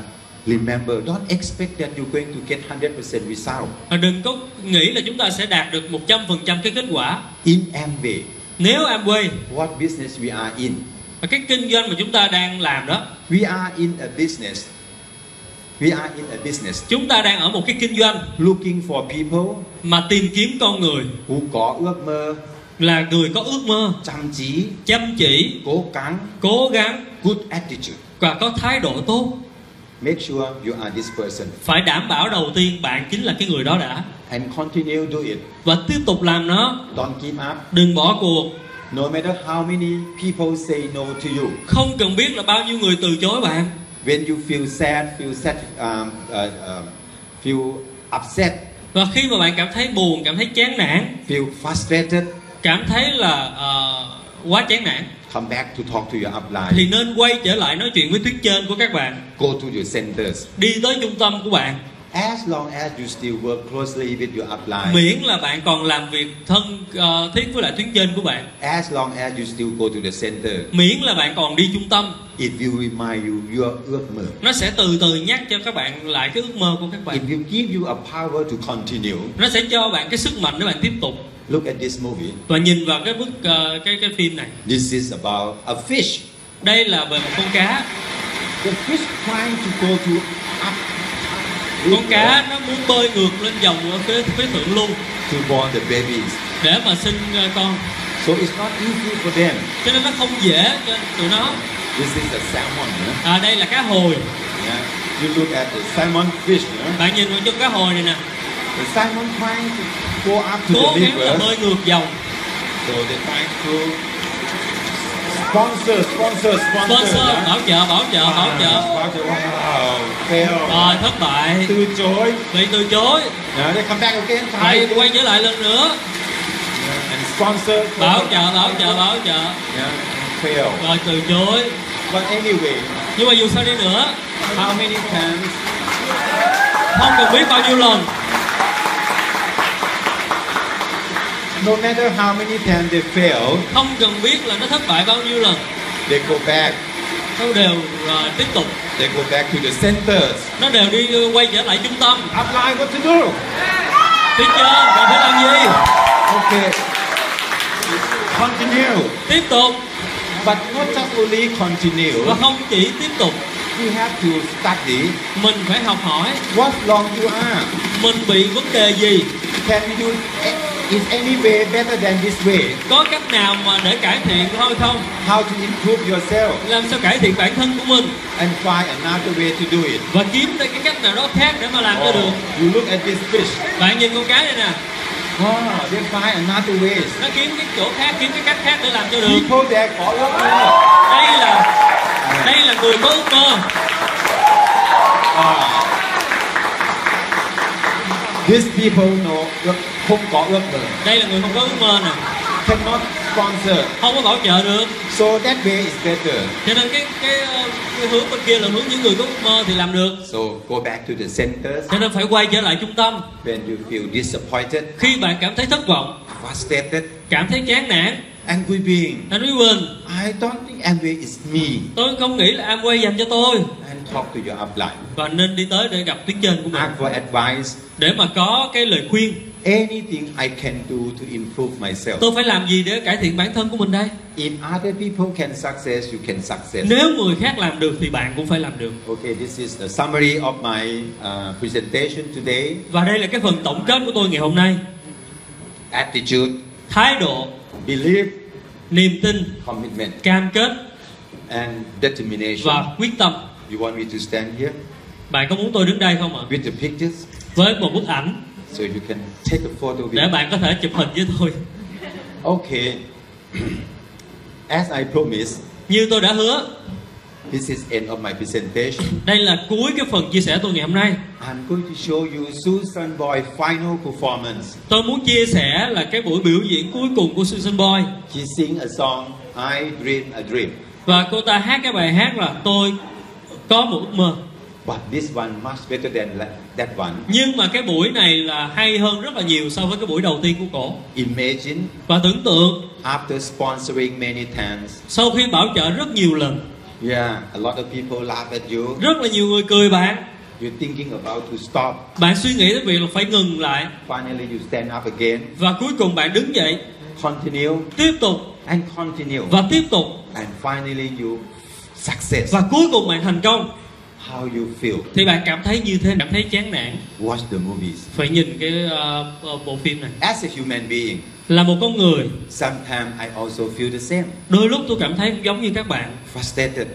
S3: Remember, don't expect that you're going to get 100% result.
S2: Và đừng có nghĩ là chúng ta sẽ đạt được 100% cái kết quả.
S3: In Amway,
S2: Nếu Amway
S3: what business we are in?
S2: và cái kinh doanh mà chúng ta đang làm đó,
S3: We are in a business. We are in a business
S2: chúng ta đang ở một cái kinh doanh
S3: looking for people
S2: mà tìm kiếm con người
S3: who có ước mơ,
S2: là người có ước mơ,
S3: chăm chỉ,
S2: chăm chỉ,
S3: cố gắng,
S2: cố gắng
S3: good attitude.
S2: và có thái độ tốt.
S3: Make sure you are this person
S2: Phải đảm bảo đầu tiên bạn chính là cái người đó đã
S3: and continue do it.
S2: và tiếp tục làm nó,
S3: Don't give up.
S2: đừng bỏ cuộc.
S3: No matter how many people say no to you,
S2: Không cần biết là bao nhiêu người từ chối bạn.
S3: when you feel sad, feel sad, um, uh, um, feel upset,
S2: Và khi mà bạn cảm thấy buồn, cảm thấy chán nản,
S3: feel frustrated,
S2: cảm thấy là ờ, quá chán nản
S3: come back to talk to your
S2: thì
S3: upline.
S2: nên quay trở lại nói chuyện với tuyết trên của các bạn
S3: Go to your centers.
S2: đi tới trung tâm của bạn
S3: As long as you still work closely with your upline,
S2: miễn là bạn còn làm việc thân ờ, thiết với lại tuyết trên của bạn
S3: as long as you still go to the center,
S2: miễn là bạn còn đi trung tâm
S3: it will remind you your ước mơ.
S2: nó sẽ từ từ nhắc cho các bạn lại cái ước mơ của các bạn
S3: It will give you a power to continue.
S2: nó sẽ cho bạn cái sức mạnh để bạn tiếp tục
S3: Look at this movie.
S2: và nhìn vào cái bức ờ, cái cái phim này
S3: This is about a fish.
S2: đây là về một con cá
S3: The fish trying to go to up,
S2: con cá nó muốn bơi ngược lên dòng ở phía, phía thượng lưu
S3: to born the babies.
S2: để mà sinh ờ, con
S3: So it's not easy for them.
S2: cho nên nó không dễ cho tụi nó
S3: This is a salmon. Yeah?
S2: à, đây là cá hồi
S3: Yeah. You look at the salmon fish. Yeah?
S2: bạn nhìn vào trong cá hồi này nè
S3: The salmon trying to go up to
S2: cố
S3: the
S2: gắng là
S3: river.
S2: bơi ngược dòng
S3: So they're trying to sponsor, sponsor, sponsor.
S2: sponsor Uh-huh,
S3: yeah?
S2: bảo trợ bảo trợ bảo trợ
S3: Sponsor, Wow. Fail.
S2: rồi thất bại
S3: Từ chối.
S2: bị từ chối
S3: Yeah, they come back again. Try
S2: lại
S3: it.
S2: quay trở lại lần nữa
S3: Yeah. And sponsor.
S2: bảo trợ bảo trợ bảo trợ
S3: Yeah. Fail.
S2: rồi từ chối
S3: But anyway,
S2: nhưng mà dù sao đi nữa
S3: how many times
S2: không cần biết bao nhiêu lần
S3: no matter how many times they fail,
S2: không cần biết là nó thất bại bao nhiêu lần
S3: they go back.
S2: nó đều à, tiếp tục
S3: They go back to the centers.
S2: nó đều đi ờ, quay trở lại trung tâm
S3: Apply what to do.
S2: tiếp chưa bạn phải làm gì
S3: Okay. Continue.
S2: tiếp tục
S3: But not just only continue.
S2: và không chỉ tiếp tục
S3: You have to study
S2: mình phải học hỏi
S3: what long you are.
S2: mình bị vấn đề gì
S3: Can we do is any way better than this way?
S2: có cách nào mà để cải thiện thôi không
S3: How to improve yourself
S2: làm sao cải thiện bản thân của mình
S3: and find another way to do it.
S2: và kiếm ra cái cách nào đó khác để mà làm cho được
S3: you look at this fish.
S2: bạn nhìn con cá này nè
S3: Wow, they find another way.
S2: nó kiếm cái chỗ khác kiếm cái cách khác để làm cho được
S3: People there call up.
S2: đây là đây là người có ước mơ
S3: Ah. These people know ước- không có ước mơ.
S2: đây là người không có ước mơ nè
S3: Cannot sponsor.
S2: không có bảo trợ được
S3: So that way is better.
S2: cho nên cái cái, ờ, cái hướng bên kia là hướng những người có ước mơ thì làm được
S3: So go back to the centers
S2: cho nên phải quay trở lại trung tâm
S3: when you feel disappointed,
S2: khi bạn cảm thấy thất vọng
S3: frustrated,
S2: cảm thấy chán nản
S3: angry being.
S2: anh Quý Bình
S3: I don't think angry is me.
S2: tôi không nghĩ là Amway dành cho tôi
S3: And talk to your upline.
S2: và nên đi tới để gặp tuyến trên của mình
S3: Ask for advice.
S2: để mà có cái lời khuyên
S3: Anything I can do to improve myself.
S2: tôi phải làm gì để cải thiện bản thân của mình đây
S3: If other people can success, you can success.
S2: nếu người khác làm được thì bạn cũng phải làm được
S3: Okay, this is the summary of my uh, presentation today.
S2: và đây là cái phần tổng kết của tôi ngày hôm nay
S3: Attitude,
S2: thái độ
S3: belief,
S2: niềm tin
S3: commitment,
S2: cam kết
S3: and determination.
S2: và quyết tâm
S3: You want me to stand here
S2: bạn có muốn tôi đứng đây không ạ
S3: with the pictures
S2: với một bức ảnh
S3: so you can take a photo with
S2: để
S3: me?
S2: bạn có thể chụp hình với tôi
S3: Okay. As I promised,
S2: như tôi đã hứa
S3: this is end of my presentation.
S2: đây là cuối cái phần chia sẻ tôi ngày hôm nay
S3: I'm going to show you Susan Boy final performance.
S2: tôi muốn chia sẻ là cái buổi biểu diễn cuối cùng của Susan Boy
S3: She sing a song, I Dream a Dream.
S2: và cô ta hát cái bài hát là tôi có một ước mơ
S3: But this one much better than la- that one.
S2: nhưng mà cái buổi này là hay hơn rất là nhiều so với cái buổi đầu tiên của cổ
S3: Imagine
S2: và tưởng tượng
S3: after sponsoring many times,
S2: sau khi bảo trợ rất nhiều lần
S3: yeah, a lot of people laugh at you.
S2: rất là nhiều người cười bạn
S3: You're thinking about to stop.
S2: bạn suy nghĩ đến việc là phải ngừng lại
S3: Finally, you stand up again,
S2: và cuối cùng bạn đứng dậy
S3: continue
S2: tiếp tục
S3: and continue,
S2: và tiếp tục
S3: and finally you success.
S2: và cuối cùng bạn thành công
S3: How you feel?
S2: thì bạn cảm thấy như thế cảm thấy chán nản
S3: Watch the movies.
S2: phải nhìn cái ờ, ờ, bộ phim này
S3: As a human being,
S2: là một con người
S3: sometimes I also feel the same.
S2: đôi lúc tôi cảm thấy giống như các bạn
S3: Frustrated,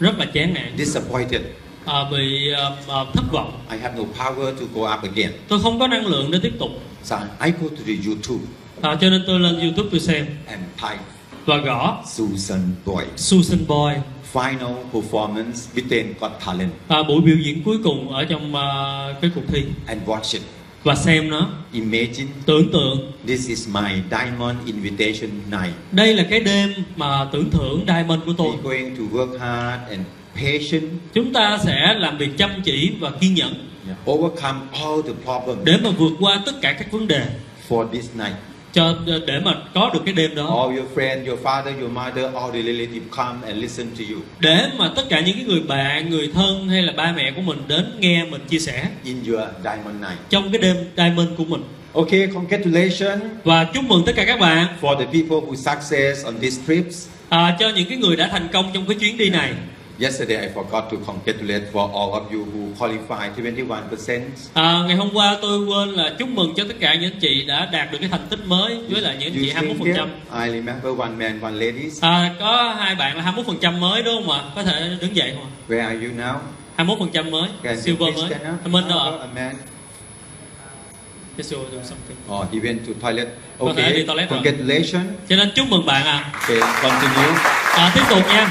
S2: rất là chán nản
S3: disappointed.
S2: ờ, bị ờ, ờ, thất vọng
S3: I have no power to go up again.
S2: tôi không có năng lượng để tiếp tục
S3: So I go to the YouTube
S2: Ờ, cho nên tôi lên youtube tôi xem
S3: and type
S2: và gõ
S3: Susan Boy.
S2: Susan Boy
S3: Final performance within Got Talent
S2: ờ, buổi biểu diễn cuối cùng ở trong ờ, cái cuộc thi
S3: and watch it.
S2: và xem nó
S3: Imagine
S2: tưởng tượng
S3: this is my diamond invitation night.
S2: đây là cái đêm mà tưởng thưởng diamond của tôi
S3: We're going to work hard and patient,
S2: chúng ta sẽ làm việc chăm chỉ và kiên nhẫn
S3: yeah, overcome all the problems
S2: để mà vượt qua tất cả các vấn đề
S3: for this night.
S2: cho để mà có được cái đêm đó
S3: All your friends, your father, your mother, all the relatives come and listen to you.
S2: để mà tất cả những cái người bạn người thân hay là ba mẹ của mình đến nghe mình chia sẻ
S3: in your diamond night.
S2: trong cái đêm diamond của mình
S3: Okay, congratulations
S2: và chúc mừng tất cả các bạn
S3: for the people who success on these trips.
S2: à, cho những cái người đã thành công trong cái chuyến đi này
S3: Yesterday, I forgot to congratulate for all of you who qualified 21%.
S2: à, ngày hôm qua tôi quên là chúc mừng cho tất cả những anh chị đã đạt được cái thành tích mới với lại những anh chị
S3: You
S2: 21
S3: think that? I remember one man, one ladies.
S2: à, có hai bạn là 21 mới đúng không ạ có thể đứng dậy không ạ
S3: Where are you now?
S2: 21 mới
S3: Can you
S2: silver
S3: please
S2: mới
S3: stand up?
S2: mình đâu ạ
S3: Oh, a man.
S2: Yes, you will do something.
S3: Oh, he went to toilet.
S2: Có thể đi
S3: Okay,
S2: toilet rồi.
S3: congratulations.
S2: cho nên chúc mừng bạn ạ
S3: Okay, continue.
S2: à, tiếp tục nha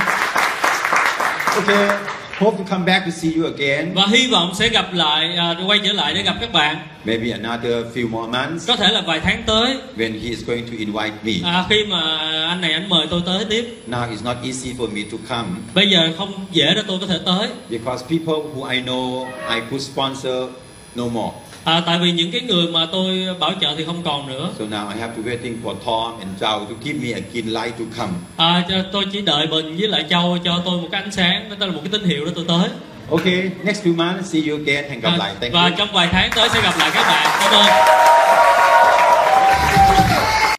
S3: Okay, hope to come back to see you again.
S2: và hy vọng sẽ gặp lại à, quay trở lại để gặp các bạn
S3: Maybe another few more months
S2: có thể là vài tháng tới
S3: when he is going to invite me.
S2: à, khi mà anh này anh mời tôi tới tiếp
S3: Now it's not easy for me to come.
S2: bây giờ không dễ để tôi có thể tới
S3: Because people who I know I could sponsor no more.
S2: à, tại vì những cái người mà tôi bảo trợ thì không còn nữa
S3: So now I have to waiting for Tom and Zhao to give me a green light to come.
S2: à, cho, tôi chỉ đợi bình với lại châu cho tôi một cái ánh sáng đó là một cái tín hiệu để tôi tới À,
S3: Okay, next few months, see you again. Hẹn gặp lại. Thank
S2: và
S3: you.
S2: trong vài tháng tới sẽ gặp lại các bạn cảm ơn